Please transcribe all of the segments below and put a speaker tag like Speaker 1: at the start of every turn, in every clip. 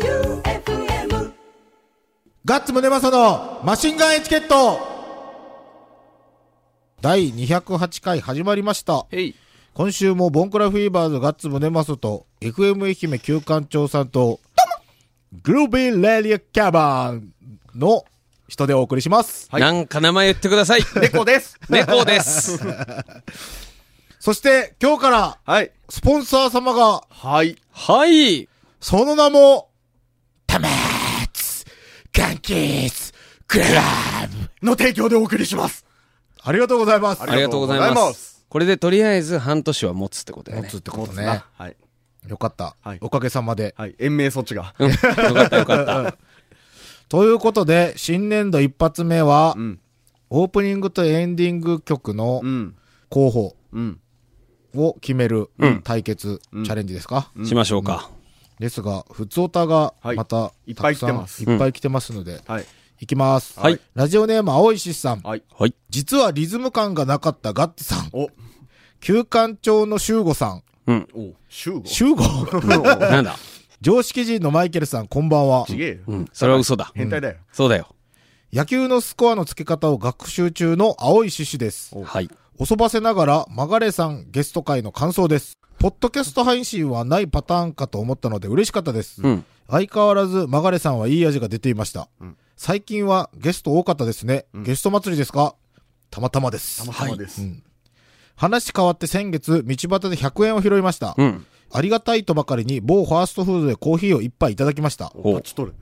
Speaker 1: J-O-E-U-F-M
Speaker 2: ガッツムネマソのマシンガンエチケット第208回始まりました。
Speaker 3: へい。
Speaker 2: 今週もボンクラフィーバーズガッツムネマソと FM 愛媛旧館長さんとグルービーレディアキャバンの人でお送りします。
Speaker 3: なんか名前言ってください。
Speaker 2: 猫です。
Speaker 3: 猫です。
Speaker 2: そして今日から
Speaker 4: はい。
Speaker 2: スポンサー様が
Speaker 4: はい。
Speaker 3: はい。
Speaker 2: その名も、たまーつ、ガンキーズ、クラブ
Speaker 4: の提供でお送りします。
Speaker 2: ありがとうございます。
Speaker 3: ありがとうござい
Speaker 4: ありがとうござ
Speaker 3: ま。
Speaker 4: います
Speaker 3: これでとりあえず半年は持つってことだよ
Speaker 2: 持
Speaker 3: ね。
Speaker 2: つってことね
Speaker 4: な。はい。
Speaker 2: よかった
Speaker 4: はい。
Speaker 2: おかげさまで。
Speaker 4: はい。延命措置が。
Speaker 3: うん。よかったよかった。
Speaker 2: ということで、新年度一発目は
Speaker 4: う、ん。
Speaker 2: オープニングとエンディング曲の
Speaker 4: うん。
Speaker 2: 候補
Speaker 4: うん。
Speaker 2: を決める対決、チャレンジですか、
Speaker 3: しましょ うか。
Speaker 2: ですが、ふつおたが
Speaker 4: はい
Speaker 2: また、
Speaker 4: いったぱ
Speaker 2: く
Speaker 4: い来
Speaker 2: さ
Speaker 4: て
Speaker 2: ん
Speaker 4: ます
Speaker 2: いっぱい来てますので、
Speaker 4: はい。
Speaker 2: いきます。
Speaker 3: はい
Speaker 2: ラジオネーム、青石さん。
Speaker 4: はい。
Speaker 3: はい。
Speaker 2: 実はリズム感がなかったガッツさん。
Speaker 4: お、
Speaker 2: 旧館長のシュウゴさん。
Speaker 3: うん。
Speaker 4: お、集合。
Speaker 2: シュウゴ
Speaker 3: なんだ
Speaker 2: 常識人のマイケルさん、こんばんは
Speaker 4: ち。げえよ。
Speaker 3: うん。それは嘘だ。
Speaker 4: 変態だよ。
Speaker 3: そうだよ。
Speaker 2: 野球のスコアの付け方を学習中の青石氏です。
Speaker 3: はい。
Speaker 2: 遅ばせながら、マガレさんゲスト会の感想です。ポッドキャスト配信はないパターンかと思ったので嬉しかったです。
Speaker 3: うん。
Speaker 2: 相変わらず、マガレさんはいい味が出ていました。最近はゲスト多かったですね。ゲスト祭りですかたまたまです。
Speaker 4: たまたまです。
Speaker 2: 話変わって先月、道端で100円を拾いました。
Speaker 3: うん。
Speaker 2: ありがたいとばかりに某ファーストフードでコーヒーを一杯いただきました。
Speaker 3: ほ
Speaker 4: お、
Speaker 3: う
Speaker 4: 立ち取る。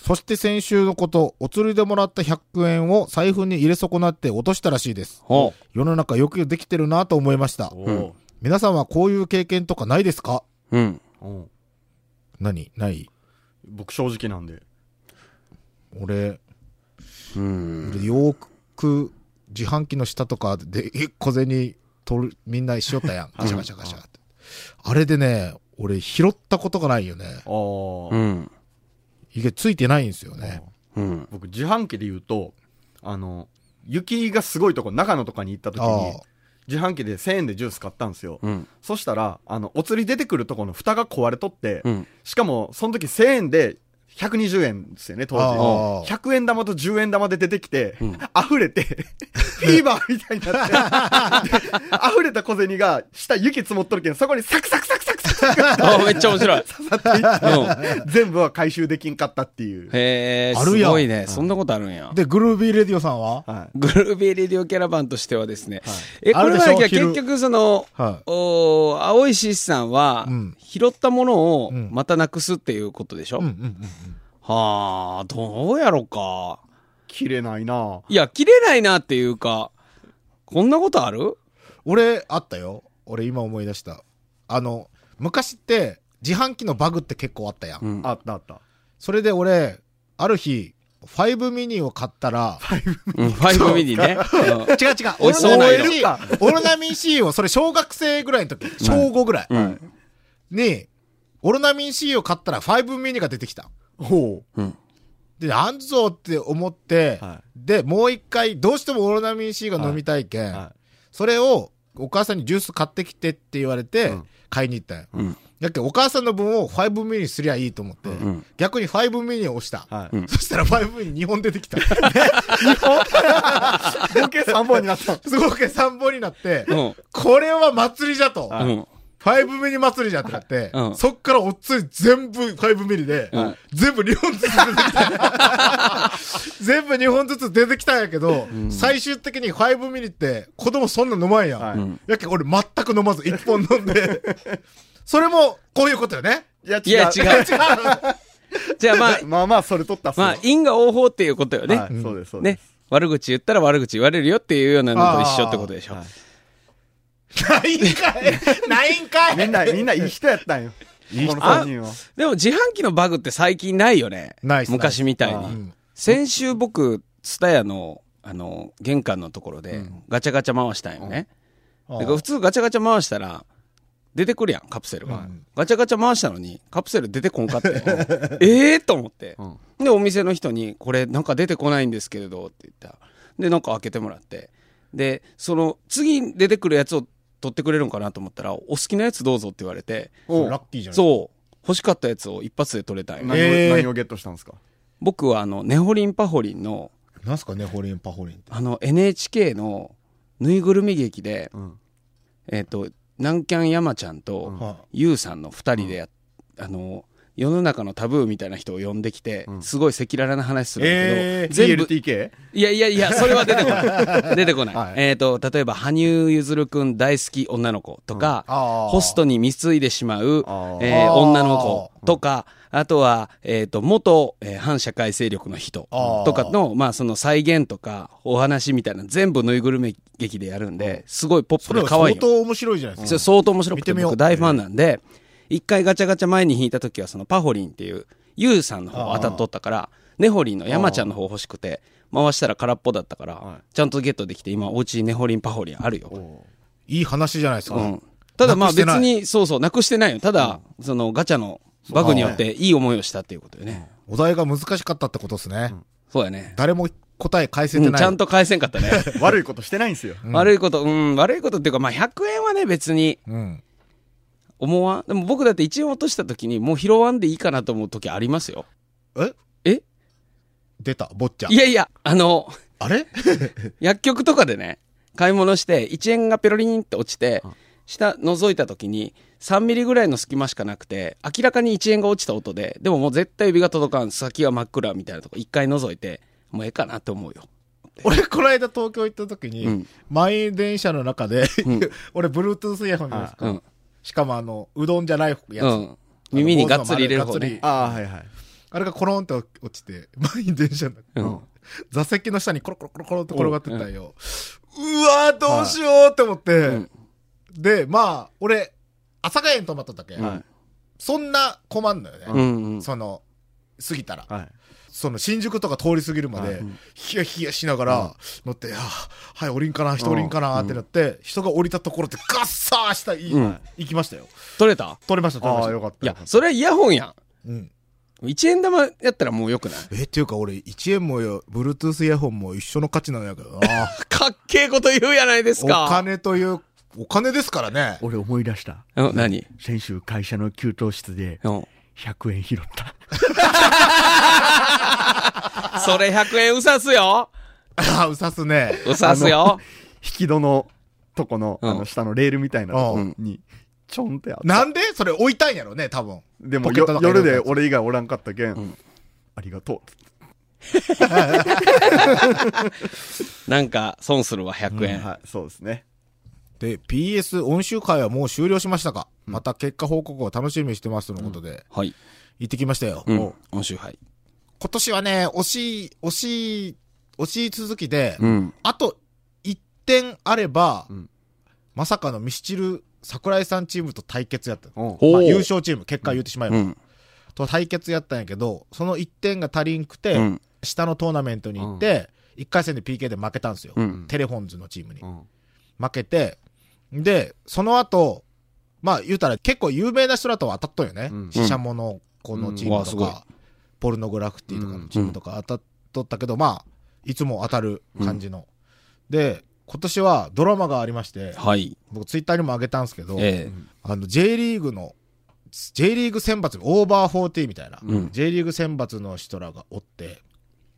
Speaker 2: そして先週のこと、お釣りでもらった100円を財布に入れ損なって落としたらしいです。
Speaker 3: ほ
Speaker 2: 世の中よくできてるなと思いました。
Speaker 4: お
Speaker 2: 皆さんはこういう経験とかないですか
Speaker 3: う。うん。
Speaker 4: お
Speaker 2: 何ない
Speaker 4: 僕正直なんで。
Speaker 2: 俺、
Speaker 3: うん。
Speaker 2: 俺よーく自販機の下とかでえ小銭取る、みんなしよったやん。ガシャガシャガシャって。あれでね、俺拾ったことがないよね。
Speaker 4: ああ
Speaker 3: う。ん。
Speaker 2: いけついてないんですよね。
Speaker 3: うん。
Speaker 4: 僕自販機で言うと、あの、雪がすごいとこ、長野とかに行った時
Speaker 2: あ
Speaker 4: に
Speaker 2: あ、
Speaker 4: 自販機で1000円でジュース買ったんですよ。
Speaker 3: うん。
Speaker 4: そしたら、あの、お釣り出てくるとこの蓋が壊れとって
Speaker 3: う、ん。
Speaker 4: しかも、その時1000円で、120円ですよね、当
Speaker 2: あ
Speaker 4: 時。
Speaker 2: ー
Speaker 4: 100円玉と10円玉で出てきて、
Speaker 3: うん
Speaker 4: 溢れて、フィーバーみたいになって、で溢れた小銭が、下雪積もっとるけん、そこにサクサクサクサクサク
Speaker 3: あ、めっちゃ面白い。うん。
Speaker 4: 全部は回収できんかったっていう。
Speaker 3: へえ、
Speaker 2: あ
Speaker 3: す
Speaker 2: るやん
Speaker 3: ごいね。そんなことあるんや。
Speaker 2: で、グルービーレディオさんは
Speaker 4: は
Speaker 3: グルービーレディオキャラバンとしてはですね、え、
Speaker 2: あ
Speaker 3: こ
Speaker 2: る
Speaker 3: れ
Speaker 2: でしょ
Speaker 3: は結
Speaker 2: 昼
Speaker 3: 局その、
Speaker 2: は
Speaker 3: おー青い獅子さんは
Speaker 2: うん、
Speaker 3: 拾ったものを
Speaker 2: ん
Speaker 3: またなくすっていうことでしょ、
Speaker 2: い。うんうんうん。
Speaker 3: はあ、どうやろか。
Speaker 4: 切れないない
Speaker 3: や、切れないなっていうか、こんなことある
Speaker 2: 俺あったよ俺今思い出したあの昔って自販機のバグって結構あったやん、
Speaker 3: うん
Speaker 4: あったあった。
Speaker 2: それで俺ある日5ミニを買ったら
Speaker 3: うんファイブミニね。う
Speaker 2: 違う
Speaker 3: ん
Speaker 2: 違う
Speaker 3: おいしそうな色
Speaker 2: OL かオロナミン C をそれ小学生ぐらいの時小5ぐらい、
Speaker 3: うん。
Speaker 2: にオロナミン C を買ったら5ミニが出てきた
Speaker 4: ほ
Speaker 3: うん。
Speaker 2: でなんぞって思って、
Speaker 4: は
Speaker 2: でもう一回どうしてもオロナミン C が飲みたいけん、
Speaker 4: う。は
Speaker 2: それをお母さんにジュース買ってきてって言われて、
Speaker 4: うん
Speaker 2: 買いに行ったんよ
Speaker 3: うん。
Speaker 2: だっけお母さんの分を5ミニにすりゃいいと思って、
Speaker 3: ん
Speaker 2: 逆に5ミニを押した
Speaker 4: い。。は
Speaker 3: う
Speaker 4: い。
Speaker 3: ん
Speaker 2: そしたら5ミニ2本出てきた。
Speaker 4: 合計3本になった。
Speaker 2: すごく3本になって、
Speaker 3: うん
Speaker 2: これは祭りじゃと。
Speaker 3: うん。
Speaker 2: 5ミニ祭りじゃってなって、
Speaker 3: うん
Speaker 2: そっからおっつい全部5ミニで、
Speaker 3: うん
Speaker 2: 全部2本ずつ出てきた。 全部2本ずつ出てきたんやけど、最終的に5ミニって子供そんな飲まんやん。
Speaker 4: はい
Speaker 3: うん。
Speaker 2: やっけ俺全く飲まず1本飲んで、 それもこういうことよね。
Speaker 4: いや、違う。
Speaker 3: いや、違う。じゃあまあ、
Speaker 4: まあまあ、それ取ったっす
Speaker 3: まあ、
Speaker 4: ね
Speaker 3: 因果応報っていうことよね。
Speaker 4: はいそうです、そうで
Speaker 3: ね
Speaker 4: す。。
Speaker 3: 悪口言ったら悪口言われるよっていうようなのと一緒ってことでしょ。
Speaker 4: はい
Speaker 2: ないんかいないんかい
Speaker 4: みんな、 みんないい人やったんよ。いい人。この3人は。
Speaker 3: でも自販機のバグって最近ないよね。
Speaker 2: ないっす
Speaker 3: 昔みたい
Speaker 4: ないっ
Speaker 3: に。
Speaker 4: す
Speaker 2: うん
Speaker 3: 先週僕、ツタヤの、あの、玄関のところで、ガチャガチャ回したんよね。
Speaker 2: あ
Speaker 3: だから普通ガチャガチャ回したら、出てくるやん、カプセルが。ガチャガチャ回したのに、カプセル出てこんか って。ええー、と思って。で、お店の人に、これなんか出てこないんですけれど、って言ったら。で、なんか開けてもらって。で、その、次出てくるやつを取ってくれるんかなと思ったら、お好きなやつどうぞって言われて。
Speaker 2: ラッキーじゃない
Speaker 3: そう。欲しかったやつを一発で取れたんよ
Speaker 2: えー
Speaker 4: 何を、何をゲットしたんですか
Speaker 3: 僕はあの、ネホリンパホリンの、
Speaker 2: なんすかね、ホリンパホリンって。
Speaker 3: あの、NHK のぬいぐるみ劇で、
Speaker 4: うん
Speaker 3: えっ、と、南キャン山ちゃんと、
Speaker 2: は
Speaker 3: ユウさんの二人でやっ、あの、世の中のタブーみたいな人を呼んできて、
Speaker 4: ん
Speaker 3: すごい赤裸々な話するんだけど、
Speaker 2: えー
Speaker 3: 全部、
Speaker 4: TLTK?
Speaker 3: いやいやいや、それは出てこない。出てこない。
Speaker 4: はい
Speaker 3: えっ、と、例えば、羽生結弦くん大好き女の子とか、
Speaker 2: うんあー
Speaker 3: ホストに貢いでしまう
Speaker 4: あー、
Speaker 3: えー
Speaker 2: あー
Speaker 3: 女の子とか、あとは、えっ、と、元、えー反社会勢力の人
Speaker 2: あー
Speaker 3: とかの、まあ、その再現とか、お話みたいな、全部ぬいぐるみ劇でやるんで、すごいポッ
Speaker 2: そ
Speaker 3: プ
Speaker 2: れ
Speaker 3: で
Speaker 2: は
Speaker 3: 可愛い
Speaker 2: 相
Speaker 3: よ。
Speaker 2: 当面白いじゃないです
Speaker 3: そ
Speaker 2: か。
Speaker 3: れ相当面白くて、
Speaker 2: 見てみよう
Speaker 3: 僕大ファンなんで、一回ガチャガチャ前に引いた時は、そのパホリンっていう、ユウさんの方当たっとったから、ネホリンの山ちゃんの方欲しくて、回したら空っぽだったから
Speaker 4: は、
Speaker 3: ちゃんとゲットできて、今、お家にネホリンパホリンあるよ。
Speaker 2: いい話じゃないですか。
Speaker 3: うん。ただまあ
Speaker 2: なくして
Speaker 3: 別
Speaker 2: ない
Speaker 3: に、そうそう、なくしてないよ。ただ、そのガチャのバグによっていい思いをしたっていうことよね。
Speaker 2: お題が難しかったってことですね。
Speaker 3: そうやね。
Speaker 2: 誰も答え返せ
Speaker 3: う
Speaker 2: て
Speaker 3: ん、
Speaker 2: ない。
Speaker 3: ちゃんと返せんかったね。
Speaker 4: 悪いことしてないんですよ。
Speaker 3: 悪いこと、うん、悪いことっていうか、まあ100円はね、別に
Speaker 2: うん。
Speaker 3: 思わん。でも僕だって1円落とした時に、もう拾わんでいいかなと思う時ありますよ。
Speaker 2: え
Speaker 3: え
Speaker 2: 出た、坊ちゃん。
Speaker 3: いやいや、あの、
Speaker 2: あれ
Speaker 3: 薬局とかでね、買い物して、1円がペロリンって落ちて、下覗いた時に、3ミリぐらいの隙間しかなくて、明らかに1円が落ちた音で、でももう絶対指が届かん、先が真っ暗みたいなとこ一回覗いて、もうええかなって思うよ。
Speaker 2: 俺、この間東京行った時
Speaker 3: う
Speaker 2: に
Speaker 3: ん、
Speaker 2: 満員電車の中で、
Speaker 3: ん
Speaker 2: 俺、Bluetooth イヤホンじゃないですか。
Speaker 3: うん。
Speaker 2: しかも、あの、うどんじゃないやつ。
Speaker 3: うん。耳にがっつり入れる
Speaker 2: あの
Speaker 3: 方
Speaker 2: 坊主の丸
Speaker 3: ね
Speaker 2: い。がっつり
Speaker 4: ああ、はいはい。
Speaker 2: あれがコロンって落ちて、 満員電車の中
Speaker 3: うん。
Speaker 2: 座席の下にコロコロコロコロって転がってったんよ。うわーどうしようって思って。
Speaker 3: ん
Speaker 2: で、まあ、俺、朝霞園泊まっとったけ、
Speaker 4: はい
Speaker 2: そんな困んのよね。
Speaker 3: うんうん。
Speaker 2: その、過ぎたら。
Speaker 4: はい。
Speaker 2: その、新宿とか通り過ぎるま
Speaker 4: は
Speaker 2: で、ヒヤヒヤしながら、乗って、あーはい、降りんかな、人降りんかなってなって、人が降りたところでガッサーした、い
Speaker 3: うん
Speaker 2: 行きましたよ。
Speaker 3: 取れた
Speaker 2: 取れました、取れまし
Speaker 4: ああ、
Speaker 2: た。
Speaker 4: よかった。
Speaker 3: いや、それはイヤホンや
Speaker 2: うん
Speaker 3: ん。1円玉やったらもうよくない
Speaker 2: え、っていうか俺、1円もよ、Bluetooth イヤホンも一緒の価値なんやけどな。
Speaker 3: かっけえこと言うやないです
Speaker 2: お
Speaker 3: か。
Speaker 2: 金という、お金ですからね。
Speaker 4: 俺思い出した。
Speaker 3: うん何
Speaker 4: 先週会社の給湯室で
Speaker 3: うん。
Speaker 4: 100円拾った。
Speaker 3: それ100円うさすよ。
Speaker 2: あ あ、うさすね。
Speaker 3: うさすよ。
Speaker 4: 引き戸のとこの、
Speaker 3: うん
Speaker 4: あの下のレールみたいなと
Speaker 2: う
Speaker 4: こ
Speaker 2: ん
Speaker 4: に、ちょんってあった。
Speaker 2: なんでそれ置いたんやろね、多分。
Speaker 4: でも
Speaker 2: ポケッ
Speaker 4: よ
Speaker 2: トの中に
Speaker 4: 夜で俺以外おらんかったけん、
Speaker 3: ん
Speaker 4: ありがとう。
Speaker 3: なんか、損するわ、100円。
Speaker 4: はい、そうですね。
Speaker 2: で、PS 音集会はもう終了しましたか、また結果報告を楽しみにしてますとのことで、
Speaker 3: はい。
Speaker 2: 行ってきましたよ。
Speaker 3: うん。音周杯。
Speaker 2: 今年はね、惜しい、惜しい、惜しい続きで、
Speaker 3: うん。
Speaker 2: あと1点あれば、
Speaker 4: うん
Speaker 2: まさかのミスチル桜井さんチームと対決やった。
Speaker 4: うん
Speaker 3: お
Speaker 2: まあ、
Speaker 3: ー
Speaker 2: 優勝チーム、結果言ってしまえば、
Speaker 3: うん。
Speaker 2: と対決やったんやけど、その1点が足りんくて、
Speaker 3: うん。
Speaker 2: 下のトーナメントに行って、1回戦で PK で負けたんですよ。
Speaker 3: うん。
Speaker 2: テレフォンズのチームに
Speaker 4: う。ん
Speaker 2: 負けて、で、その後、まあ言うたら結構有名な人らとは当たっとんよね。
Speaker 4: うん
Speaker 2: 死者もの子のチー
Speaker 3: うんう
Speaker 2: ム
Speaker 3: わす
Speaker 2: と
Speaker 3: ごい
Speaker 2: か、ポルノグラフィティとかのチームとか当たっとったけど、まあ、いつも当たる感じの。で、今年はドラマがありまして、
Speaker 3: はい。
Speaker 2: 僕ツイッターにも上げたんですけど、
Speaker 3: ええ。
Speaker 2: あの J リーグの、J リーグ選抜、オーバー40みたいな、
Speaker 3: うん
Speaker 2: J リーグ選抜の人らがおって、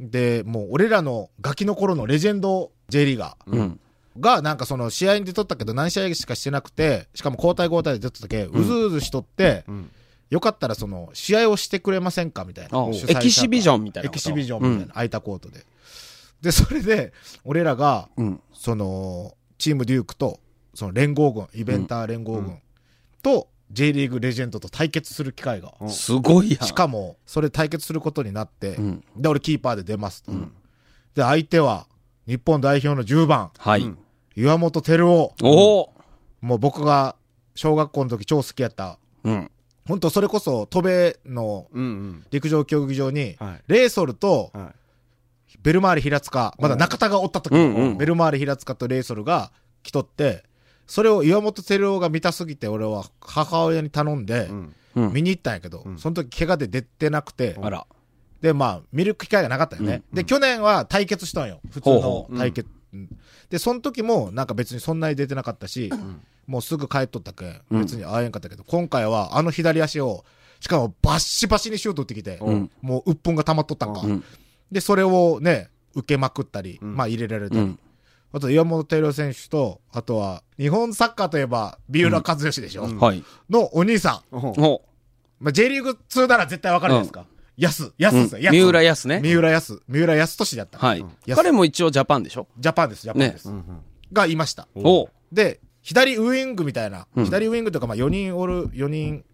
Speaker 2: で、もう俺らのガキの頃のレジェンド J リーガー、
Speaker 3: うん。
Speaker 2: が、なんかその試合に出とったけど、何試合しかしてなくて、しかも交代交代で出とったけ、うずうずしとって、
Speaker 4: うん
Speaker 2: よかったらその、試合をしてくれませんかみたいな。
Speaker 3: あ
Speaker 2: 主催者
Speaker 3: エ
Speaker 2: が
Speaker 3: キシビジョンみたいな
Speaker 2: エ
Speaker 3: こと
Speaker 2: キシビジョンみたいな、空いたコートで。で、それで、俺らが、
Speaker 3: うん。
Speaker 2: その、チームデュークと、その連合軍、イベンター連合軍と、J リーグレジェンドと対決する機会が、
Speaker 4: うん
Speaker 3: すごいやん。
Speaker 2: しかも、それ対決することになって、
Speaker 3: うん
Speaker 2: で、俺キーパーで出ますと。で、相手は、日本代表の10番、
Speaker 3: はい。
Speaker 4: うん
Speaker 2: 岩本輝夫。
Speaker 3: おお。
Speaker 2: もう僕が小学校の時超好きやった。
Speaker 3: うん。
Speaker 2: 本当それこそ、戸部の
Speaker 4: うんうん。
Speaker 2: 陸上競技場に、
Speaker 4: はい
Speaker 2: レーソルと
Speaker 4: はい。
Speaker 2: ベルマーレ平塚、まだ中田がおった時、
Speaker 3: うんうん
Speaker 2: ベルマーレ平塚とレーソルが来とって、それを岩本輝夫が見たすぎて、俺は母親に頼んで
Speaker 4: う、ん。
Speaker 3: うん
Speaker 2: 見に行ったんやけど、
Speaker 4: ん
Speaker 2: その時怪我で出てなくて、
Speaker 3: あら。
Speaker 2: で、まあ、見る機会がなかったよね。で、去年は対決したんよ。普通
Speaker 3: ほうほ
Speaker 2: の
Speaker 3: う
Speaker 2: 対決。うんで、その時も、なんか別にそんなに出てなかったし、もうすぐ帰っとったけん、別に会えんかったけど、今回はあの左足を、しかもバッシバシにシュート打ってきて、
Speaker 3: うん
Speaker 2: もう鬱憤が溜まっとったんか。
Speaker 3: うん
Speaker 2: で、それをね、受けまくったり、
Speaker 4: うん
Speaker 2: まあ入れられた
Speaker 3: う
Speaker 2: り。
Speaker 3: ん
Speaker 2: あと岩本テ良選手と、あとは日本サッカーといえば三浦和義でしょ、
Speaker 4: うん
Speaker 3: はい
Speaker 2: のお兄さん。
Speaker 4: うん
Speaker 3: お
Speaker 2: まあ、J リーグ2なら絶対わかるんですか、やす、やす
Speaker 3: う
Speaker 2: で
Speaker 3: ん
Speaker 2: すよ、やす
Speaker 3: 三浦康ね
Speaker 2: 三浦やす。三浦やすとしだった。
Speaker 3: はい
Speaker 2: やす
Speaker 3: 彼も一応ジャパンでしょ
Speaker 2: ジャパンです、ジャパンです。
Speaker 4: うんうん
Speaker 2: がいました。
Speaker 3: お
Speaker 2: で、左ウイングみたいな、
Speaker 3: うん
Speaker 2: 左ウイングというか、まあ、4人おる、四人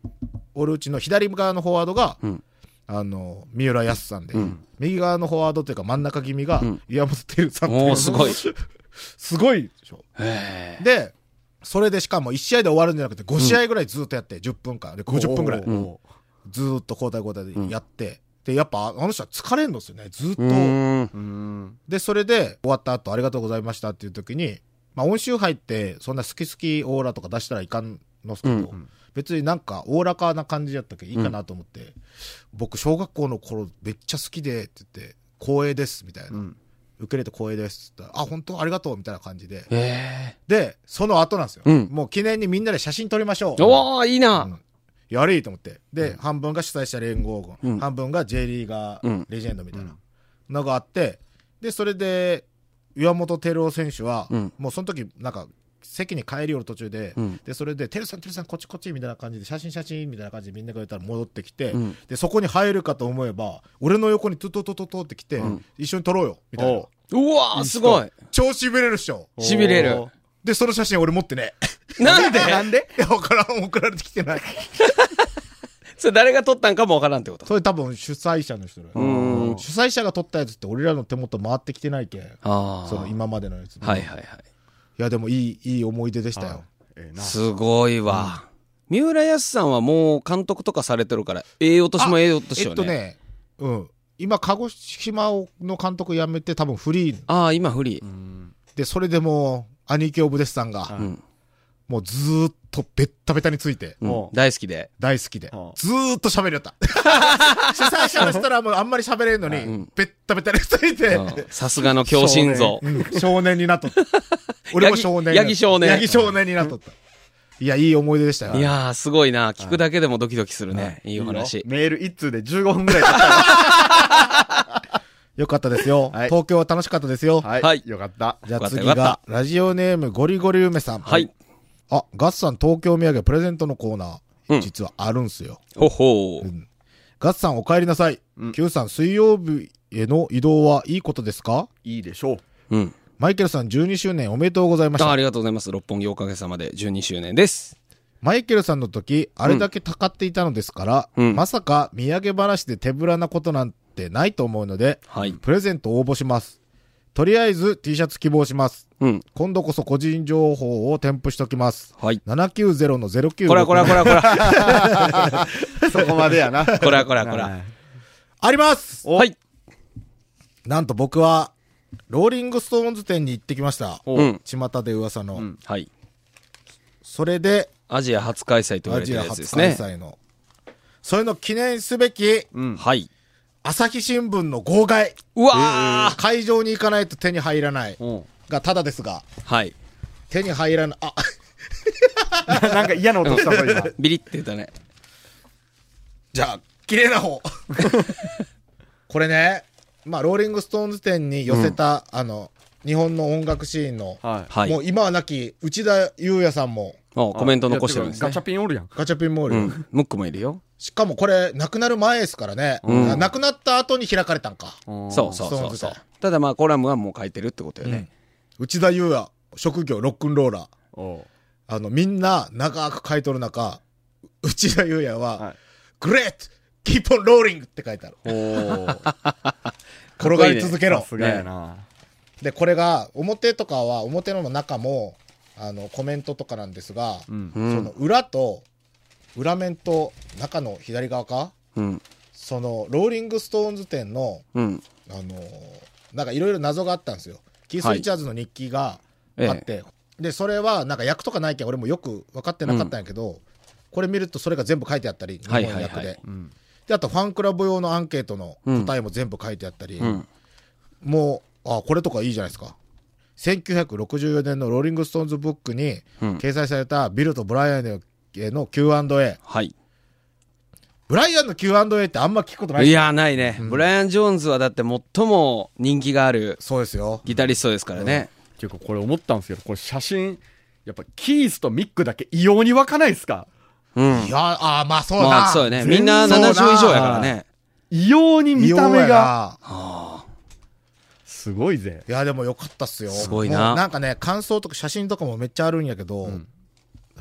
Speaker 2: おるうちの左側のフォワードが、
Speaker 3: うん
Speaker 2: あの、三浦康さんで、
Speaker 3: うん
Speaker 2: 右側のフォワードというか、真ん中気味が
Speaker 3: うん、
Speaker 2: 岩本照さんっていう
Speaker 3: おーすごい
Speaker 2: すごいでしょ。
Speaker 3: へえ
Speaker 2: で、それでしかも1試合で終わるんじゃなくて、5試合ぐらいずっとやって、10分間で、50分ぐらい、
Speaker 4: おー
Speaker 3: うん
Speaker 2: ずーっと交代交代でやって、で、やっぱ、あの人は疲れんのですよね、ずーっと。
Speaker 3: うーん
Speaker 4: うん
Speaker 2: で、それで終わった後、ありがとうございましたっていう時に、まあ、音集杯って、そんな好き好きオーラとか出したらいかんのっすけど、
Speaker 3: うん
Speaker 4: うん
Speaker 2: 別になんか、おおらかな感じやったっけいいかなと思って、僕、小学校の頃、めっちゃ好きで、って言って、光栄です、みたいな。
Speaker 4: うん
Speaker 2: 受け入れて光栄ですって言ったら、あ、本当ありがとう、みたいな感じで。
Speaker 3: へえ
Speaker 2: で、その後なんですよ。
Speaker 3: うん
Speaker 2: もう記念にみんなで写真撮りましょう。
Speaker 3: おーいいな
Speaker 2: うんやれと思って。で、半分が主催者連合軍、
Speaker 3: うん
Speaker 2: 半分が J リーガ
Speaker 3: うん
Speaker 2: ーレジェンドみたいなのがあって、で、それで、岩本照夫選手は、
Speaker 3: うん
Speaker 2: もうその時、なんか、席に帰り寄る途中で、
Speaker 3: うん
Speaker 2: で、それで、照さん、照さん、こっちこっちみたいな感じで、写真写真みたいな感じでみんなが言ったら戻ってきて、
Speaker 3: うん
Speaker 2: で、そこに入るかと思えば、俺の横にトゥトゥトゥトゥトゥって来て、
Speaker 3: ん
Speaker 2: 一緒に撮ろうよ、みたいな
Speaker 4: お。
Speaker 3: うわーすごい
Speaker 2: 調子ぶれるっしょ。
Speaker 3: しびれる
Speaker 4: お
Speaker 2: で、その写真俺持ってね。
Speaker 3: なんで
Speaker 4: なんで
Speaker 2: いや、わからん、送られてきて ない。
Speaker 3: それ誰が取ったんかもわからんってこと
Speaker 2: それ多分主催者の人だよ
Speaker 3: うん
Speaker 2: 主催者が撮ったやつって俺らの手元回ってきてないけん
Speaker 3: ああ
Speaker 2: その今までのやつ、
Speaker 3: はい
Speaker 2: い
Speaker 3: はいはい
Speaker 2: やでもいいいい思い出でしたよ
Speaker 4: ええな
Speaker 3: すごいわ、三浦康さんはもう監督とかされてるからええお年もええお年
Speaker 2: え
Speaker 3: よ
Speaker 2: っ
Speaker 3: ね,、
Speaker 2: とねうん今鹿児島の監督辞めて多分フリー
Speaker 3: ああ今フリー、
Speaker 4: うん
Speaker 2: でそれでもう兄貴オブデスさん
Speaker 4: は
Speaker 2: が
Speaker 4: い
Speaker 3: うん
Speaker 2: もうずーっとベッタベタについて
Speaker 3: うん
Speaker 4: おう
Speaker 3: 大好きで
Speaker 2: 大好きで
Speaker 4: はあ
Speaker 2: ずーっと喋りよった 主催者の人らもうあんまり喋れんのに
Speaker 3: ん
Speaker 2: ベッタベタについて
Speaker 3: うんさすがの強心臓
Speaker 2: うん少年になっとった。俺も少年になっとった。
Speaker 3: ヤギ少年
Speaker 2: ヤギ少年になっとった。いや、いい思い出でしたよ。
Speaker 3: いやーすごいな聞くだけでもドキドキするね、い、いお話
Speaker 4: いいよメール一通で15分ぐらい経ったよ
Speaker 2: よかったですよ。
Speaker 4: はい
Speaker 2: 東京は楽しかったですよ。
Speaker 4: はい、
Speaker 3: はい
Speaker 4: よかった
Speaker 2: じゃあ次
Speaker 3: よかったよか
Speaker 2: が、ラジオネームゴリゴリ梅さん。
Speaker 3: はい。
Speaker 2: あ、ガッツさん東京土産プレゼントのコーナ
Speaker 3: うん
Speaker 2: ー、実はあるんすよ。
Speaker 3: ほほう、
Speaker 2: ガッツさんお帰りなさい。
Speaker 4: うん
Speaker 2: Q さん水曜日への移動はいいことですか
Speaker 4: いいでしょう
Speaker 3: うん、
Speaker 2: マイケルさん12周年おめでとうございまし
Speaker 3: あ
Speaker 2: た
Speaker 3: あ。りがとうございます六本木おかげさまで12周年です
Speaker 2: マイケルさんの時、あれだけたかっていたのですから、
Speaker 3: うん
Speaker 2: まさか土産話で手ぶらなことなんてないと思うので、
Speaker 3: はい
Speaker 2: プレゼント応募します。とりあえず T シャツ希望します。
Speaker 3: うん
Speaker 2: 今度こそ個人情報を添付しときます。
Speaker 3: はい
Speaker 2: 790の09。
Speaker 3: こらこらこらこら
Speaker 4: そこまでやな
Speaker 3: こらこらこ ら
Speaker 4: はい
Speaker 2: あります
Speaker 4: お
Speaker 3: はい
Speaker 2: なんと僕は、ローリングストーンズ店に行ってきました。
Speaker 4: お
Speaker 3: うん
Speaker 2: 巷で噂の。
Speaker 4: ん
Speaker 3: はい
Speaker 2: それで、
Speaker 3: アジア初開催と言わ
Speaker 2: ア
Speaker 3: れて
Speaker 2: ジ
Speaker 3: る
Speaker 2: ア
Speaker 3: やつで
Speaker 2: 初
Speaker 3: す
Speaker 2: 開
Speaker 3: ね
Speaker 2: 催の。それの記念すべき、
Speaker 4: うん
Speaker 3: はい
Speaker 2: 朝日新聞の号外。
Speaker 3: うわー、
Speaker 2: 会場に行かないと手に入らない。
Speaker 4: お
Speaker 2: がただですが、
Speaker 3: はい
Speaker 2: 手に入らない、あ、
Speaker 4: ななんか嫌な音したぞ今
Speaker 3: ビリって言ったね
Speaker 2: じゃあ、綺麗な 方。これね、まあ、ローリングストーンズ店に寄せた、あの、日本の音楽シーンの、
Speaker 4: は
Speaker 3: はい
Speaker 2: もう今は亡き内田裕也さんも
Speaker 3: もうコメント残してるんですね
Speaker 4: ガチャピンおるやん
Speaker 2: ガチャピンモール
Speaker 3: う
Speaker 2: よ、
Speaker 3: んムックもいるよ
Speaker 2: しかもこれ、亡くなる前ですからね、
Speaker 3: うん
Speaker 2: 亡くなった後に開かれたんか。
Speaker 3: そうそう
Speaker 2: そう
Speaker 3: そうそ
Speaker 2: そうう
Speaker 3: ただまあコラムはもう書いてるってことよね、
Speaker 2: 内田裕也、職業ロックンローラー。
Speaker 4: おう
Speaker 2: あの、みんな長く書いとる中、内田裕也
Speaker 4: は、
Speaker 2: はい Great! Keep on rolling! って書いてある。
Speaker 4: おー
Speaker 2: 転がり続けろ。
Speaker 4: さすがやな
Speaker 2: で、これが、表とかは、表の中も、あの、コメントとかなんですが、
Speaker 4: うん
Speaker 3: うん
Speaker 2: その裏と、裏面と中の左側か、
Speaker 3: うん
Speaker 2: その、ローリングストーンズ店の、
Speaker 3: うん
Speaker 2: あのーなんかいろいろ謎があったんですよ。キース・
Speaker 3: はい
Speaker 2: リチャーズの日記が
Speaker 3: ええ
Speaker 2: あって、で、それは、なんか役とかないけん、俺もよく分かってなかったんやけど、これ見るとそれが全部書いてあったり、日
Speaker 3: は
Speaker 2: 本
Speaker 3: い
Speaker 2: 訳で。
Speaker 3: はいはい
Speaker 4: うん
Speaker 2: で、あとファンクラブ用のアンケートの答えも全部書いてあったり、
Speaker 3: うん
Speaker 2: もう、あ、これとかいいじゃないですか。1964年のローリング・ストーンズブックに
Speaker 3: うん
Speaker 2: 掲載されたビルとブライアンへの Q&A。
Speaker 3: はい
Speaker 2: ブライアンの Q&A ってあんま聞くことない
Speaker 3: いや、ないね。ブライアン・ジョーンズはだって最も人気がある
Speaker 2: そうですよ。
Speaker 3: ギタリストですからね。
Speaker 4: 結構これ思ったんですけど、これ写真、やっぱキースとミックだけ異様に湧かないですか
Speaker 3: うん
Speaker 2: い。や、あーまあそうだ。
Speaker 3: まあそうよね。みんな70
Speaker 2: 全然そうだ
Speaker 3: 以上やから。ね。
Speaker 4: 異様に見た目
Speaker 2: ようや
Speaker 4: が。
Speaker 2: な。
Speaker 4: すごいぜ。
Speaker 2: いや、でもよかったっすよ。
Speaker 3: すごいな
Speaker 2: もうなんかね、感想とか写真とかもめっちゃあるんやけど、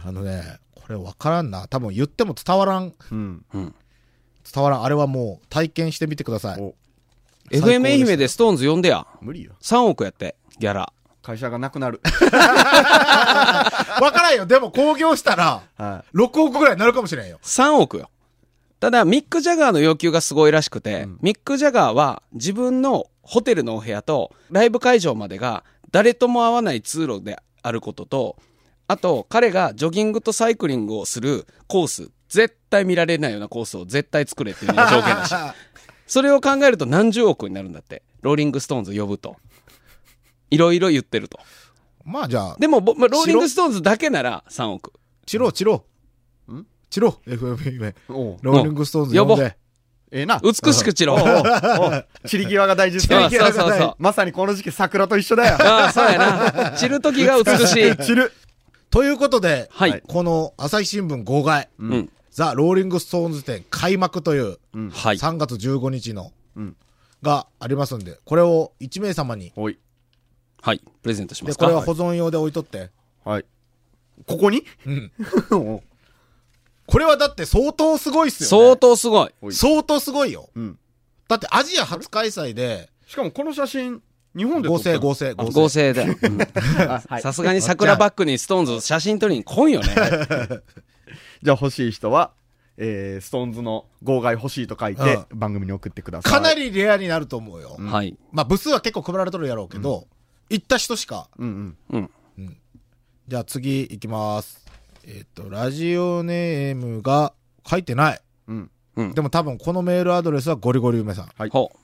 Speaker 2: あのね、これわからんな。多分言っても伝わらん。
Speaker 4: うん。
Speaker 2: 伝わらん。あれはもう体験してみてください。
Speaker 4: お、
Speaker 2: 最高です
Speaker 3: FM 愛媛でストーンズ呼んでや。
Speaker 4: 無理よ。
Speaker 3: 3億やって、ギャラ。
Speaker 4: 会社がなくなる。
Speaker 2: わからんよ。でも興行したら、
Speaker 4: は
Speaker 2: 6億ぐらいになるかもしれんよ。
Speaker 3: 3億よ。ただ、ミック・ジャガーの要求がすごいらしくて、ミック・ジャガーは自分のホテルのお部屋とライブ会場までが誰とも会わない通路であることと、あと、彼がジョギングとサイクリングをするコース、絶対見られないようなコースを絶対作れっていうのが条件だし。それを考えると何十億になるんだって。ローリング・ストーンズ呼ぶと。いろいろ言ってると。
Speaker 2: まあじゃあ、
Speaker 3: でも、ぼまあローリング・ストーンズだけなら3億。
Speaker 2: チロチロ。チロ ?FM 夢。
Speaker 4: い。おう
Speaker 2: ローリングストーンズ呼んで。
Speaker 4: ええな。
Speaker 3: 美しく散ろう。
Speaker 4: おうおう散り際が大事です
Speaker 3: そう
Speaker 4: ね。
Speaker 3: そうそうそう。
Speaker 4: まさにこの時期桜と一緒だよ。
Speaker 3: ああ、そうやな。散る時が美 しい。
Speaker 4: 散る。
Speaker 2: ということで、
Speaker 3: はい
Speaker 2: この朝日新聞号外、
Speaker 3: うん。
Speaker 2: ザ・ローリングストーンズ展開幕という、
Speaker 3: はい。
Speaker 2: 3月15日の、
Speaker 4: うん
Speaker 2: がありますんで、これを1名様に、
Speaker 4: おい。
Speaker 3: はい。プレゼントしま
Speaker 2: で、
Speaker 3: す
Speaker 2: こ
Speaker 3: か。
Speaker 2: れは保存用で置いとって。
Speaker 4: はい。ここに
Speaker 2: うん。
Speaker 4: おう
Speaker 2: これはだって相当すごいっすよ、
Speaker 3: 相
Speaker 2: ね。
Speaker 3: 当すごい。
Speaker 4: 当
Speaker 2: 相当すごいよ。
Speaker 4: うん。
Speaker 2: だってアジア初開催で、
Speaker 4: しかもこの写真、日本で撮
Speaker 2: 合
Speaker 4: った
Speaker 2: 成
Speaker 4: の
Speaker 2: 合成合成。
Speaker 3: 合成 で。
Speaker 4: あはい
Speaker 3: さすがに桜バックにストーンズ写真撮りに来んよね。
Speaker 4: じゃあ欲しい人は、えー、ストーンズの号外欲しいと書いて、
Speaker 2: う
Speaker 4: 番組に送ってください。
Speaker 2: かな。りレアになると思うよ。
Speaker 3: はい。
Speaker 2: まあ部数は結構配られとるやろうけど、行った人しか。
Speaker 4: うんうん。
Speaker 3: うん。
Speaker 2: じゃあ次行きます。えっ、と、ラジオネームが書いてない。
Speaker 4: うん。
Speaker 3: うん。
Speaker 2: でも多分このメールアドレスはゴリゴリ梅さん。
Speaker 4: はい
Speaker 3: ほう。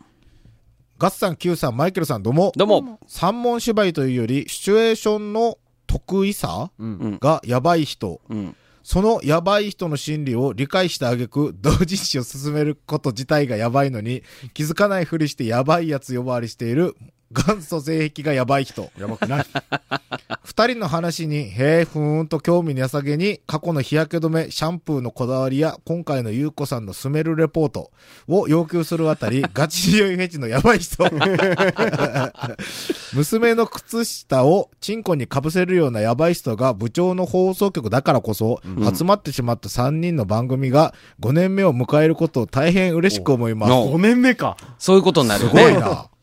Speaker 2: ガッさん、キューさん、マイケルさん、どうも。
Speaker 3: どうも。
Speaker 2: 三文芝居というより、シチュエーションの得意さ
Speaker 4: うん。
Speaker 3: うん。
Speaker 2: がやばい人。
Speaker 3: うん。
Speaker 2: そのやばい人の心理を理解した挙句、同人誌を進めること自体がやばいのに、気づかないふりしてやばいやつ呼ばわりしている、元祖性癖がやばい人。
Speaker 4: やばくない。
Speaker 2: 二人の話に、へえ、ふーんと興味のやさげに、過去の日焼け止め、シャンプーのこだわりや、今回のゆうこさんのスメルレポートを要求するあ たり、ガチ酔いフェチのやばい人。 娘の靴下をチンコにかぶせるようなやばい人が部長の放送局だからこそ、集まってしまった3人の番組が5年目を迎えることを大変嬉しく思います。
Speaker 3: お
Speaker 4: 5年目か。
Speaker 3: そういうことになる
Speaker 2: す
Speaker 3: よ
Speaker 2: ごい
Speaker 3: ね。
Speaker 2: な。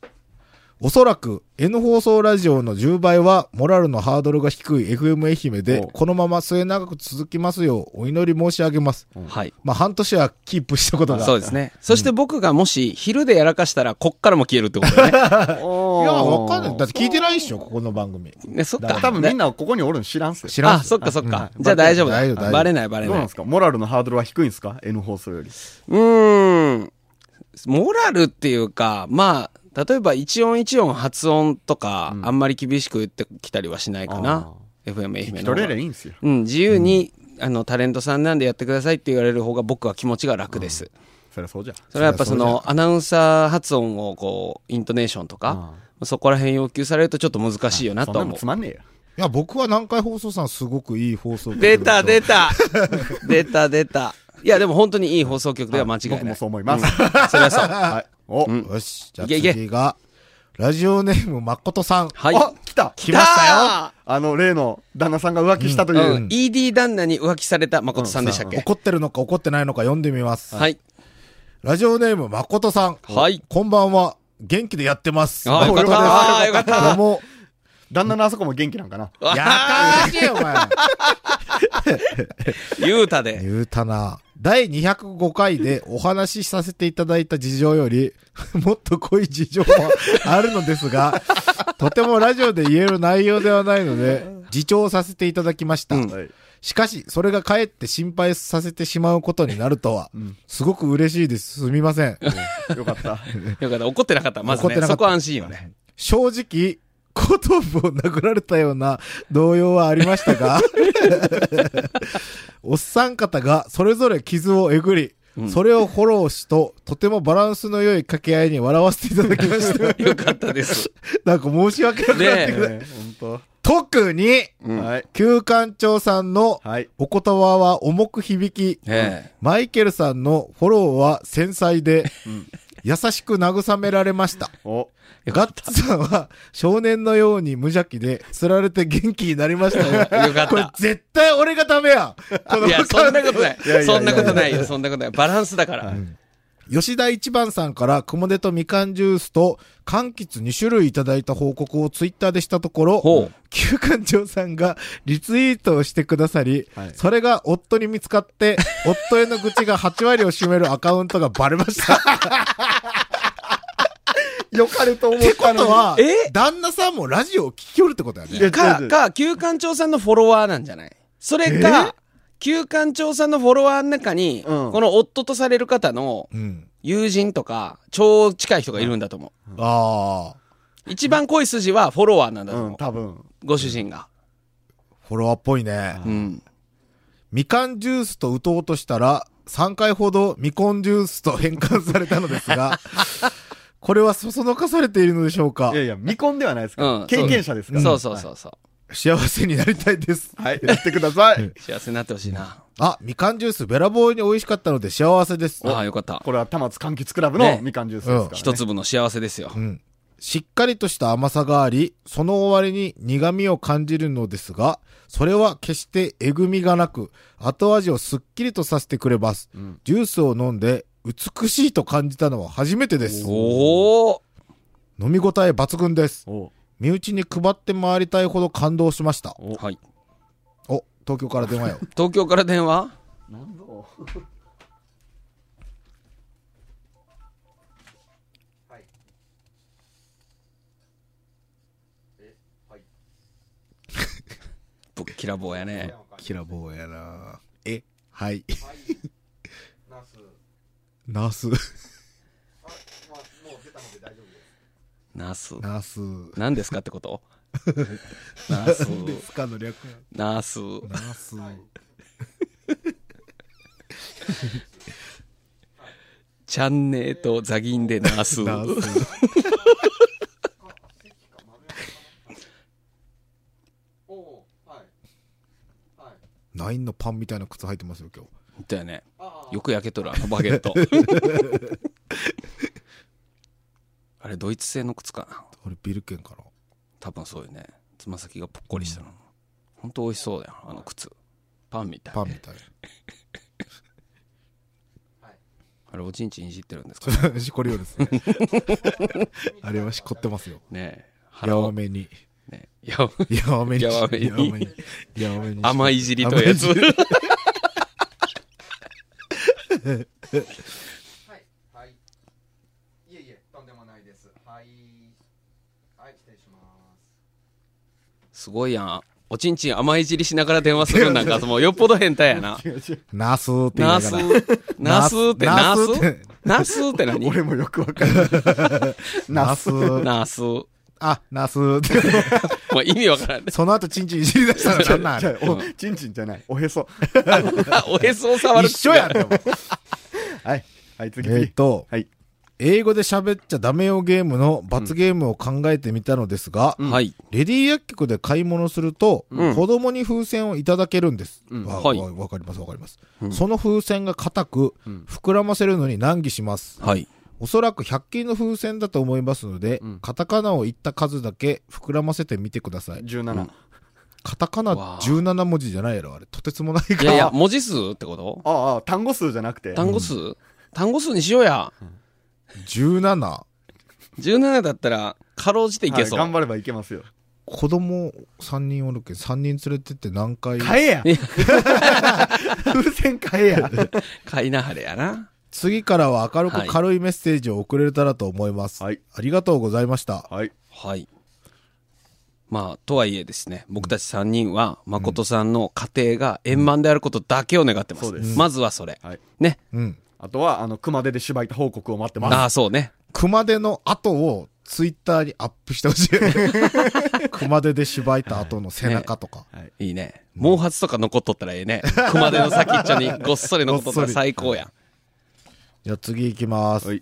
Speaker 2: おそらく N 放送ラジオの10倍はモラルのハードルが低い FM 愛媛で
Speaker 4: お
Speaker 2: このまま末永く続きますようお祈り申し上げます。
Speaker 3: はい。
Speaker 2: まあ半年はキープしたことが。
Speaker 3: そうですね。そして僕がもし昼でやらかしたらこっからも消えるってことだ
Speaker 2: い
Speaker 3: ね。
Speaker 4: い
Speaker 2: や、わかんない。だって聞いてないっしょ、ここの番組。
Speaker 3: ね、そっ
Speaker 2: だ
Speaker 3: か。
Speaker 2: から
Speaker 4: 多分みん
Speaker 3: な。
Speaker 4: なここにおるん知らんっすよ。
Speaker 2: 知らん
Speaker 3: あ、そっかそっか。じゃあ大丈夫だ
Speaker 2: 大丈夫大丈。夫
Speaker 3: バレないバレ
Speaker 4: どう
Speaker 3: な
Speaker 4: なん
Speaker 3: い
Speaker 4: で。すかモラルのハードルは低いんですか ?N 放送より。
Speaker 3: うーん。モラルっていうか、まあ、例えば一音一音発音とか、あんまり厳しく言ってきたりはしないかな。FM 愛媛
Speaker 4: 一
Speaker 3: の
Speaker 4: 人
Speaker 3: 方が
Speaker 4: でいいんすよ。
Speaker 3: うん、自由に、あの、タレントさんなんでやってくださいって言われる方が僕は気持ちが楽です。
Speaker 4: そりゃそうじゃ。
Speaker 3: それはやっぱそ
Speaker 2: そりゃそう
Speaker 3: の、アナウンサー発音をこう、イントネーションとか、そこら辺要求されるとちょっと難しいよな
Speaker 4: そ
Speaker 3: と
Speaker 4: ん
Speaker 3: は
Speaker 4: なの
Speaker 3: 思う
Speaker 4: つ。まんねえよ。
Speaker 2: いや、僕は南海放送さんすごくいい放送局
Speaker 3: 出 た出た出た出た。いや、でも本当にいい放送局では間違いない。
Speaker 4: 僕もそう思います。
Speaker 3: それはそう。
Speaker 4: はい。お、
Speaker 2: よし、じゃあ
Speaker 3: いけいけ
Speaker 2: 次が、ラジオネーム誠さん。
Speaker 3: はい。
Speaker 4: あ、来た
Speaker 2: 来ましたよ
Speaker 3: よ
Speaker 4: あの、例の旦那さんが浮気したという。
Speaker 3: うん、ED 旦那に浮気された誠さんでしたっけ、
Speaker 2: 怒ってるのか怒ってないのか読んでみます。
Speaker 3: はい。
Speaker 2: ラジオネーム、誠さん。
Speaker 3: はい
Speaker 2: こんばんは。元気でやってます。
Speaker 3: あーよかった
Speaker 2: 誠です
Speaker 3: あーよかった
Speaker 2: どうも。
Speaker 4: 旦那のあそこも元気なんかな。
Speaker 2: やかましいよ、お前。
Speaker 3: 言うたで。
Speaker 2: 言うたな。第205回でお話しさせていただいた事情より、 もっと濃い事情もあるのですが、 とてもラジオで言える内容ではないので、自重させていただきました。
Speaker 4: はい
Speaker 2: しかし、それがかえって心配させてしまうことになるとは、すごく嬉しいです。すみません。
Speaker 4: よか った。
Speaker 3: よかった。怒ってなかった。まず
Speaker 2: 怒って
Speaker 3: ね。
Speaker 2: なか
Speaker 3: そ
Speaker 2: った
Speaker 3: こは安心よね。
Speaker 2: 正直、後頭部を殴られたような動揺はありま したが、おっさん方がそれぞれ傷をえぐり、それをフォローしと、とてもバランスの良い掛け合いに笑わせていただきま した。
Speaker 3: よかったです。
Speaker 2: なんか申し訳なくなってくる。
Speaker 4: ね本
Speaker 2: 特に、
Speaker 3: う
Speaker 4: 当。
Speaker 3: ん
Speaker 4: はい。
Speaker 2: 旧館長さんの
Speaker 4: はい。
Speaker 2: お言葉は重く響き、
Speaker 3: え
Speaker 2: マイケルさんのフォローは繊細で、
Speaker 4: うん
Speaker 2: 優しく慰められました。
Speaker 4: お。
Speaker 2: ガッツさんは少年のように無邪気で、釣られて元気になりましたよ。
Speaker 3: えよかっ
Speaker 2: これ
Speaker 3: た。
Speaker 2: 絶対俺がダメやこの
Speaker 3: いや、そんなことない
Speaker 4: いやいやい。や
Speaker 3: そんなことないよ。そんなことない。バランスだから。
Speaker 2: 吉田一番さんから雲出とみかんジュースと柑橘2種類いただいた報告をツイッターでしたとこ
Speaker 3: ほ
Speaker 2: ろ
Speaker 3: う、
Speaker 2: 旧館長さんがリツイートをしてくださり、
Speaker 4: はい
Speaker 2: それが夫に見つかって、夫への愚痴が8割を占めるアカウントがバレま した。
Speaker 4: よかると思っ
Speaker 2: ってこ
Speaker 4: たの
Speaker 2: と
Speaker 4: に。
Speaker 2: は
Speaker 3: え、
Speaker 2: 旦那さんもラジオを聞きよるってことや
Speaker 4: い
Speaker 2: ね。
Speaker 4: や
Speaker 3: か、、か、旧館長さんのフォロワーなんじゃないそれか、旧館長さんのフォロワーの中に、
Speaker 4: うん
Speaker 3: この夫とされる方の
Speaker 2: うん。
Speaker 3: 友人とか、超近い人がいるんだと思う。
Speaker 2: ああ、
Speaker 3: 一番濃い筋はフォロワーなんだと
Speaker 4: うん、
Speaker 3: 思う。
Speaker 4: 多分。
Speaker 3: ご主人が。
Speaker 2: フォロワーっぽいね。
Speaker 3: うん。
Speaker 2: みかんジュースと打とうとしたら、3回ほどみこんジュースと変換されたのです が、これはそそのかされているのでしょうか
Speaker 4: いやいや、未婚ではないですから。
Speaker 3: うん
Speaker 4: 経験者ですから。
Speaker 3: そうそう
Speaker 4: う。
Speaker 3: そうそう。
Speaker 2: 幸せになりたいです。
Speaker 4: はい。やってください。
Speaker 3: 幸せになってほしいな。
Speaker 2: あ、みかんジュースべらぼうに美味しかったので幸せです。
Speaker 3: ああ、よかった。
Speaker 4: これは、玉津柑橘クラブ
Speaker 3: ね
Speaker 4: のみかんジュースですからね。
Speaker 3: 一粒の幸せですよ
Speaker 2: う。ん。しっかりとした甘さがあり、その終わりに苦味を感じるのですが、それは決してえぐみがなく、後味をすっきりとさせてくれます。
Speaker 4: うん
Speaker 2: ジュースを飲んで美しいと感じたのは初めてです。
Speaker 3: おお。
Speaker 2: 飲み応え抜群です。
Speaker 4: おう
Speaker 2: 身内に配って回りたいほど感動しました。
Speaker 4: お
Speaker 3: はい。
Speaker 2: お、東京から電話よ。
Speaker 3: 東京から電話
Speaker 4: なんぞ。
Speaker 3: 僕、キラボーやね。
Speaker 2: キラボーやなえ、はい。ナス。ナス。
Speaker 3: ナス。
Speaker 2: ナス。
Speaker 3: 何ですかってこと ナス。
Speaker 2: ですかの略
Speaker 3: ナス。
Speaker 2: ナス。
Speaker 3: チャンネーとザギンでナス。
Speaker 2: ナス。ナインのパンみたいな靴履いてますよ、今日。
Speaker 3: だよね。よく焼けとる、あのバゲッ ト。あれ、ドイツ製の靴かな。
Speaker 2: あれ、ビルケンかな。
Speaker 3: 多分そうよね。つま先がぽっこりしたの。ほんと美味しそうだよ、あの靴。パンみたい。
Speaker 2: パンみたい。
Speaker 3: あれ、おちんちんいじってるんですか
Speaker 2: それはしこりようですね。あれはしこってますよ。
Speaker 3: ねえ。
Speaker 2: や
Speaker 3: 腹
Speaker 2: わ
Speaker 3: を。
Speaker 2: めに。
Speaker 3: ねえ。いや
Speaker 2: やわめに。
Speaker 3: やわめに
Speaker 2: やわめに。やわめに
Speaker 3: 甘いじりとやつ。
Speaker 5: はい。はい。いえいえ、とんでもないです。はい。はい、失礼します。
Speaker 3: すごいやん。おちんちん甘いじりしながら電話するなんか、もうよっぽど変態やな。
Speaker 2: ナスって言い
Speaker 3: ナ
Speaker 2: な
Speaker 3: ス
Speaker 2: がら。
Speaker 3: ナスって、ナ
Speaker 2: ナ
Speaker 3: ス
Speaker 2: スって
Speaker 3: ナスって何
Speaker 4: 俺もよくわかんない。
Speaker 2: ナス。
Speaker 3: ナス。も
Speaker 2: あ、ナスって。
Speaker 3: う意味わからんね。
Speaker 2: その後、チンチンいじり出したらなん
Speaker 4: じ
Speaker 2: な
Speaker 4: ゃ
Speaker 2: ん
Speaker 4: あお、ちんちんじゃない。おへそ。
Speaker 3: おへそを触る。
Speaker 2: 一緒やん。でも
Speaker 4: はい。はい、次
Speaker 2: えっ
Speaker 4: 次。
Speaker 2: と、
Speaker 4: はい。
Speaker 2: 英語で喋っちゃダメよゲームの罰ゲームを考えてみたのですが、
Speaker 3: はい。
Speaker 2: レディー薬局で買い物すると、
Speaker 3: うん
Speaker 2: 子供に風船をいただけるんです。わ
Speaker 3: はい
Speaker 2: わわかりますわかります、その風船が硬く、膨らませるのに難儀します。
Speaker 3: はい。
Speaker 2: おそらく100均の風船だと思いますので、カタカナを言った数だけ膨らませてみてください。
Speaker 4: 17。
Speaker 2: カタカナ
Speaker 3: わあ
Speaker 2: 17文字じゃないやろ、あれ。とてつもないから。
Speaker 3: いやいや、文字数ってこと
Speaker 4: ああああ、単語数じゃなくて。
Speaker 3: 単語数単語数にしようや。
Speaker 2: 17。
Speaker 3: 17だったら、かろうじていけそ
Speaker 4: はい頑
Speaker 3: う。
Speaker 4: 張ればいけますよ。
Speaker 2: 子供3人おるけん、3人連れてって何回、
Speaker 4: 買えや
Speaker 3: いや
Speaker 4: 風船買えや。
Speaker 3: 買いなはれやな。
Speaker 2: 次からは明る
Speaker 3: は
Speaker 2: く
Speaker 3: い
Speaker 2: 軽いメッセージを送れたらと思います。
Speaker 4: はい
Speaker 2: ありがとうございました。
Speaker 4: はい。
Speaker 3: はい。まあ、とはいえですね、僕たち3人は、誠さんの家庭が円満であることだけを願ってま。
Speaker 4: そうです
Speaker 3: まずはそれ
Speaker 4: はい。
Speaker 3: ね。
Speaker 2: うん。
Speaker 4: あとは、あの、熊手でしばいた報告を待って
Speaker 3: あ
Speaker 4: ま
Speaker 3: あ、そうね。
Speaker 2: 熊手の後をツイッターにアップしてほ しい。熊手で縛いた後の背中とか。
Speaker 3: いいね。毛髪とか残っとったらええね。熊手の先っちょにごっそり残っとったら最高やん。
Speaker 2: じゃあ次行きます。
Speaker 4: は
Speaker 2: は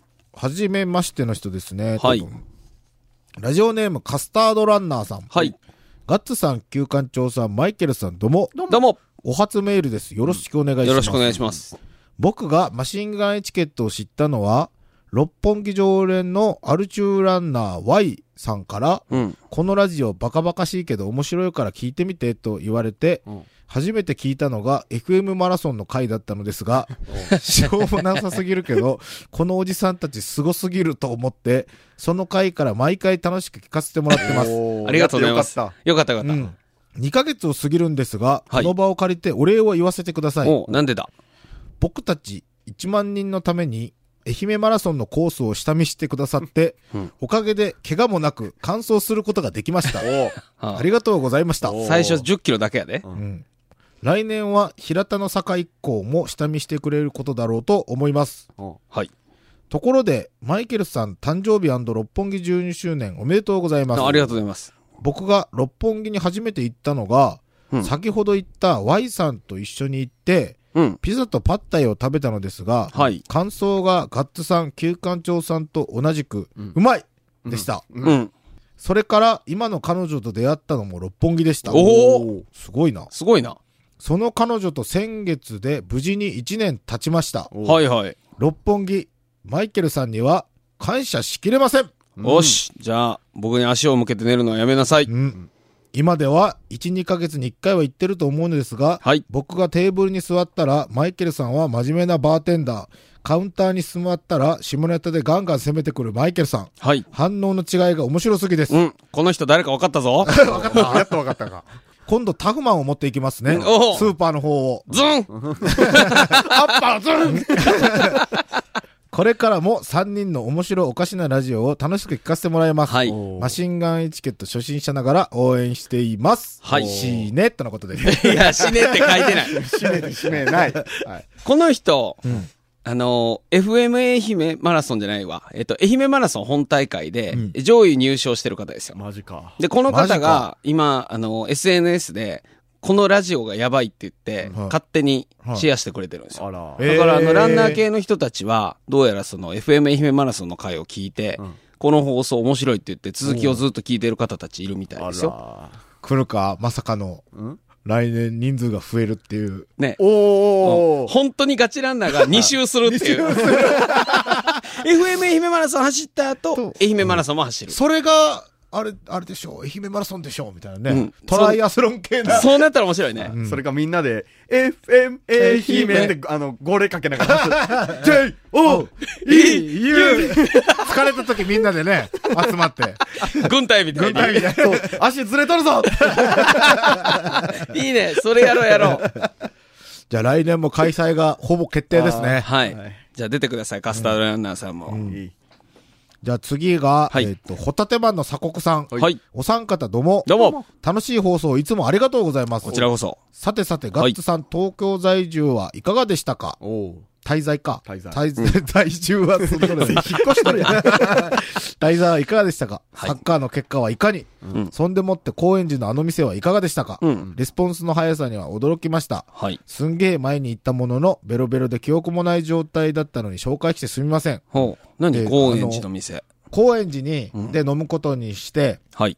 Speaker 2: い
Speaker 4: い。
Speaker 2: じめましての人ですね。
Speaker 3: はい
Speaker 2: 多分。ラジオネームカスタードランナーさん。
Speaker 3: はい。
Speaker 2: ガッツさん、旧館長さん、マイケルさん、どうも。
Speaker 3: どうも、
Speaker 2: お初メールです。よろしくお願いします。
Speaker 3: よろしくお願いします。
Speaker 2: 僕がマシンガンエチケットを知ったのは、六本木常連のアルチューランナー Y さんから、
Speaker 3: うん。
Speaker 2: このラジオバカバカしいけど面白いから聞いてみてと言われて、
Speaker 3: うん
Speaker 2: 初めて聞いたのが FM マラソンの回だったのですが、しょうもなさすぎるけ ど、このおじさんたちすごすぎると思って、その回から毎回楽しく聞かせてもらってます。
Speaker 4: おー
Speaker 3: ありがとうございます
Speaker 4: やってよ
Speaker 3: よかったよか
Speaker 2: う
Speaker 3: っ
Speaker 2: ん。2ヶ月を過ぎるんですが、
Speaker 3: はい
Speaker 2: この場を借りてお礼を言わせてくだ
Speaker 3: た。
Speaker 2: さい。
Speaker 3: おうなんでだ
Speaker 2: 僕たち1万人のために愛媛マラソンのコースを下見してくださって、
Speaker 3: うん
Speaker 2: おかげで怪我もなく完走することができました。
Speaker 4: かっ
Speaker 3: は
Speaker 2: あ
Speaker 3: あ
Speaker 2: りがとうございました。
Speaker 4: お
Speaker 3: 最初10キロだけやで。
Speaker 2: うん来年は平田の坂以降も下見してくれることだろうと思います。
Speaker 3: はい。
Speaker 2: ところで、マイケルさん誕生日六本木12周年おめでとうございます。
Speaker 3: あありがとうございます。
Speaker 2: 僕が六本木に初めて行ったのが、
Speaker 3: うん
Speaker 2: 先ほど行った Y さんと一緒に行って、
Speaker 3: うん。
Speaker 2: ピザとパッタイを食べたのですが、
Speaker 3: はい
Speaker 2: 感想がガッツさん、旧館長さんと同じく、うまいでした、
Speaker 4: うん
Speaker 3: うん。
Speaker 2: それから今の彼女と出会ったのも六本木でした。
Speaker 3: お
Speaker 4: お
Speaker 3: お
Speaker 2: すごいな。
Speaker 3: すごいな。
Speaker 2: その彼女と先月で無事に1年経ちました。
Speaker 4: お
Speaker 3: はいはい。
Speaker 2: 六本木、マイケルさんには感謝しきれません。
Speaker 3: よし。じゃあ、僕に足を向けて寝るのはやめなさい。
Speaker 2: うん。今では1、2ヶ月に1回は行ってると思うのですが、
Speaker 3: はい。
Speaker 2: 僕がテーブルに座ったら、マイケルさんは真面目なバーテンダー。カウンターに座ったら、下ネタでガンガン攻めてくるマイケルさん。
Speaker 3: はい。
Speaker 2: 反応の違いが面白すぎです。
Speaker 3: うん。この人誰か分かっ たぞ。
Speaker 4: やっとわかったか。
Speaker 2: 今度タフマンを持っていきますね。ス
Speaker 3: おう
Speaker 2: ーパーの方を。
Speaker 3: ズン
Speaker 2: これからも3人の面白おかしなラジオを楽しく聞かせてもらいます。
Speaker 3: はい
Speaker 2: おうマシンガンエチケット初心者ながら応援しています。
Speaker 3: はい
Speaker 2: しーね、とのことです。
Speaker 3: いや、死ねって書 いてない。
Speaker 4: 締めに締めない。はい
Speaker 3: この人、あの、FM 愛媛マラソンじゃないわ。えっと、愛媛マラソン本大会で、
Speaker 2: うん
Speaker 3: 上位入賞してる方ですよ。
Speaker 4: マジか。
Speaker 3: で、この
Speaker 2: マジ
Speaker 3: 方
Speaker 2: か
Speaker 3: が、今、あの、SNS で、このラジオがやばいって言って、
Speaker 2: はい
Speaker 3: 勝手にシェアしてくれてるんですよ。
Speaker 4: あら。
Speaker 2: え
Speaker 3: だから、あ
Speaker 2: へー
Speaker 3: の、ランナー系の人たちは、どうやらその、FM 愛媛マラソンの回を聞いて、
Speaker 4: ん
Speaker 3: この放送面白いって言って、続きをずっと聞いてる方たちいるみたい
Speaker 4: あ
Speaker 3: ですよ。
Speaker 4: ら。
Speaker 2: 来るか、まさかの、
Speaker 4: ん
Speaker 2: 来年人数が増えるっていう。
Speaker 3: ね。
Speaker 4: おー。
Speaker 3: 本当にガチランナーが2周するっていう。FM 愛媛マラソン走った後、愛媛マラソンも走る。
Speaker 2: それが、あれ、あれでしょう、愛媛マラソンでしょう、みたいなね。
Speaker 3: うん
Speaker 2: トライアスロン系な。
Speaker 3: そうなったら面白いね。
Speaker 2: うん
Speaker 4: それかみんなで、FM 愛媛って、あの、号令かけなが ら、J, O, E, U!
Speaker 2: 疲れた時みんなでね、集まって。
Speaker 3: 軍隊みたい
Speaker 2: 軍隊
Speaker 3: に。
Speaker 2: みたいな。
Speaker 4: そう足ずれとるぞ
Speaker 3: いいね。それやろうやろう。
Speaker 2: じゃあ来年も開催がほぼ決定ですね。
Speaker 3: はい
Speaker 4: はい。
Speaker 3: じゃあ出てください、カスタードランナーさんも。
Speaker 4: いい
Speaker 2: じゃあ次が、
Speaker 3: はい
Speaker 2: えっと、ホタテマンの鎖国さん。
Speaker 3: はい。
Speaker 2: お三方どうも。
Speaker 3: どうも。
Speaker 2: 楽しい放送いつもありがとうございます。
Speaker 3: こちらこそ。
Speaker 2: さてさて、ガッツさん、東京在住はいかがでしたか
Speaker 4: おお。
Speaker 2: 滞在か。
Speaker 4: 滞在
Speaker 2: 在 住はその 引っ越したるやん。滞在はいかがでしたか、
Speaker 3: はい
Speaker 2: サッカーの結果はいかに、
Speaker 3: ん
Speaker 2: そんでもって高円寺のあの店はいかがでしたか、
Speaker 3: うん。
Speaker 2: レスポンスの速さには驚きました。
Speaker 3: はい。
Speaker 2: すんげえ前に行ったものの、ベロベロで記憶もない状態だったのに紹介してすみません。
Speaker 3: ほう。
Speaker 2: え
Speaker 3: 何
Speaker 2: ー
Speaker 3: 高円寺の店。
Speaker 2: 高円寺に、
Speaker 3: うん
Speaker 2: で飲むことにして、
Speaker 3: はい。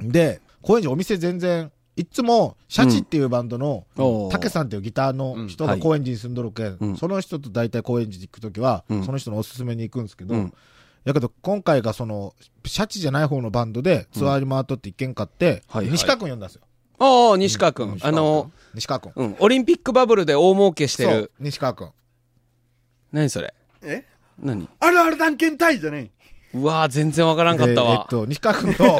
Speaker 2: で、高円寺お店全然、いつも、シャチっていうバンドの、
Speaker 3: お
Speaker 2: たけ
Speaker 3: ん。
Speaker 2: さんっていうギターの人
Speaker 3: う
Speaker 2: が
Speaker 3: ん
Speaker 2: 高円寺に住んどるけん、
Speaker 3: うん
Speaker 2: その人と大体高円寺に行くときは、
Speaker 3: うん
Speaker 2: その人のおすすめに行くんですけど、
Speaker 3: うん
Speaker 2: やけど今回がその、シャチじゃない方のバンドでツアーに回っとって一軒買って、
Speaker 3: はいはい
Speaker 2: 西川君呼んだんですよ。
Speaker 3: おお西川くん。あの、
Speaker 2: 西川君。
Speaker 3: うん。オリンピックバブルで大儲けして
Speaker 2: そ
Speaker 3: る
Speaker 2: う。、西川君。
Speaker 3: 何それ
Speaker 4: え
Speaker 3: 何
Speaker 4: あるある探検隊じゃね
Speaker 3: うわー、全然わからんかった
Speaker 2: でえっ
Speaker 3: わ。
Speaker 2: と、西川君 と、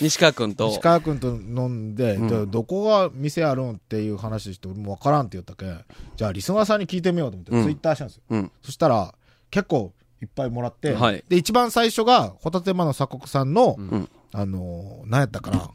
Speaker 3: 西川くんと
Speaker 2: 西。川君と飲んで、でどこが店あるんっていう話して、俺もわからんって言ったけん、じゃあリスナーさんに聞いてみようと思って、
Speaker 3: うん
Speaker 2: ツイッターしたんですよ。
Speaker 3: うん。
Speaker 2: そしたら、結構いっぱいもらって、
Speaker 3: はい
Speaker 2: で、一番最初が、ホタテマの鎖国さんの、
Speaker 3: ん
Speaker 2: あのー、何やったかな、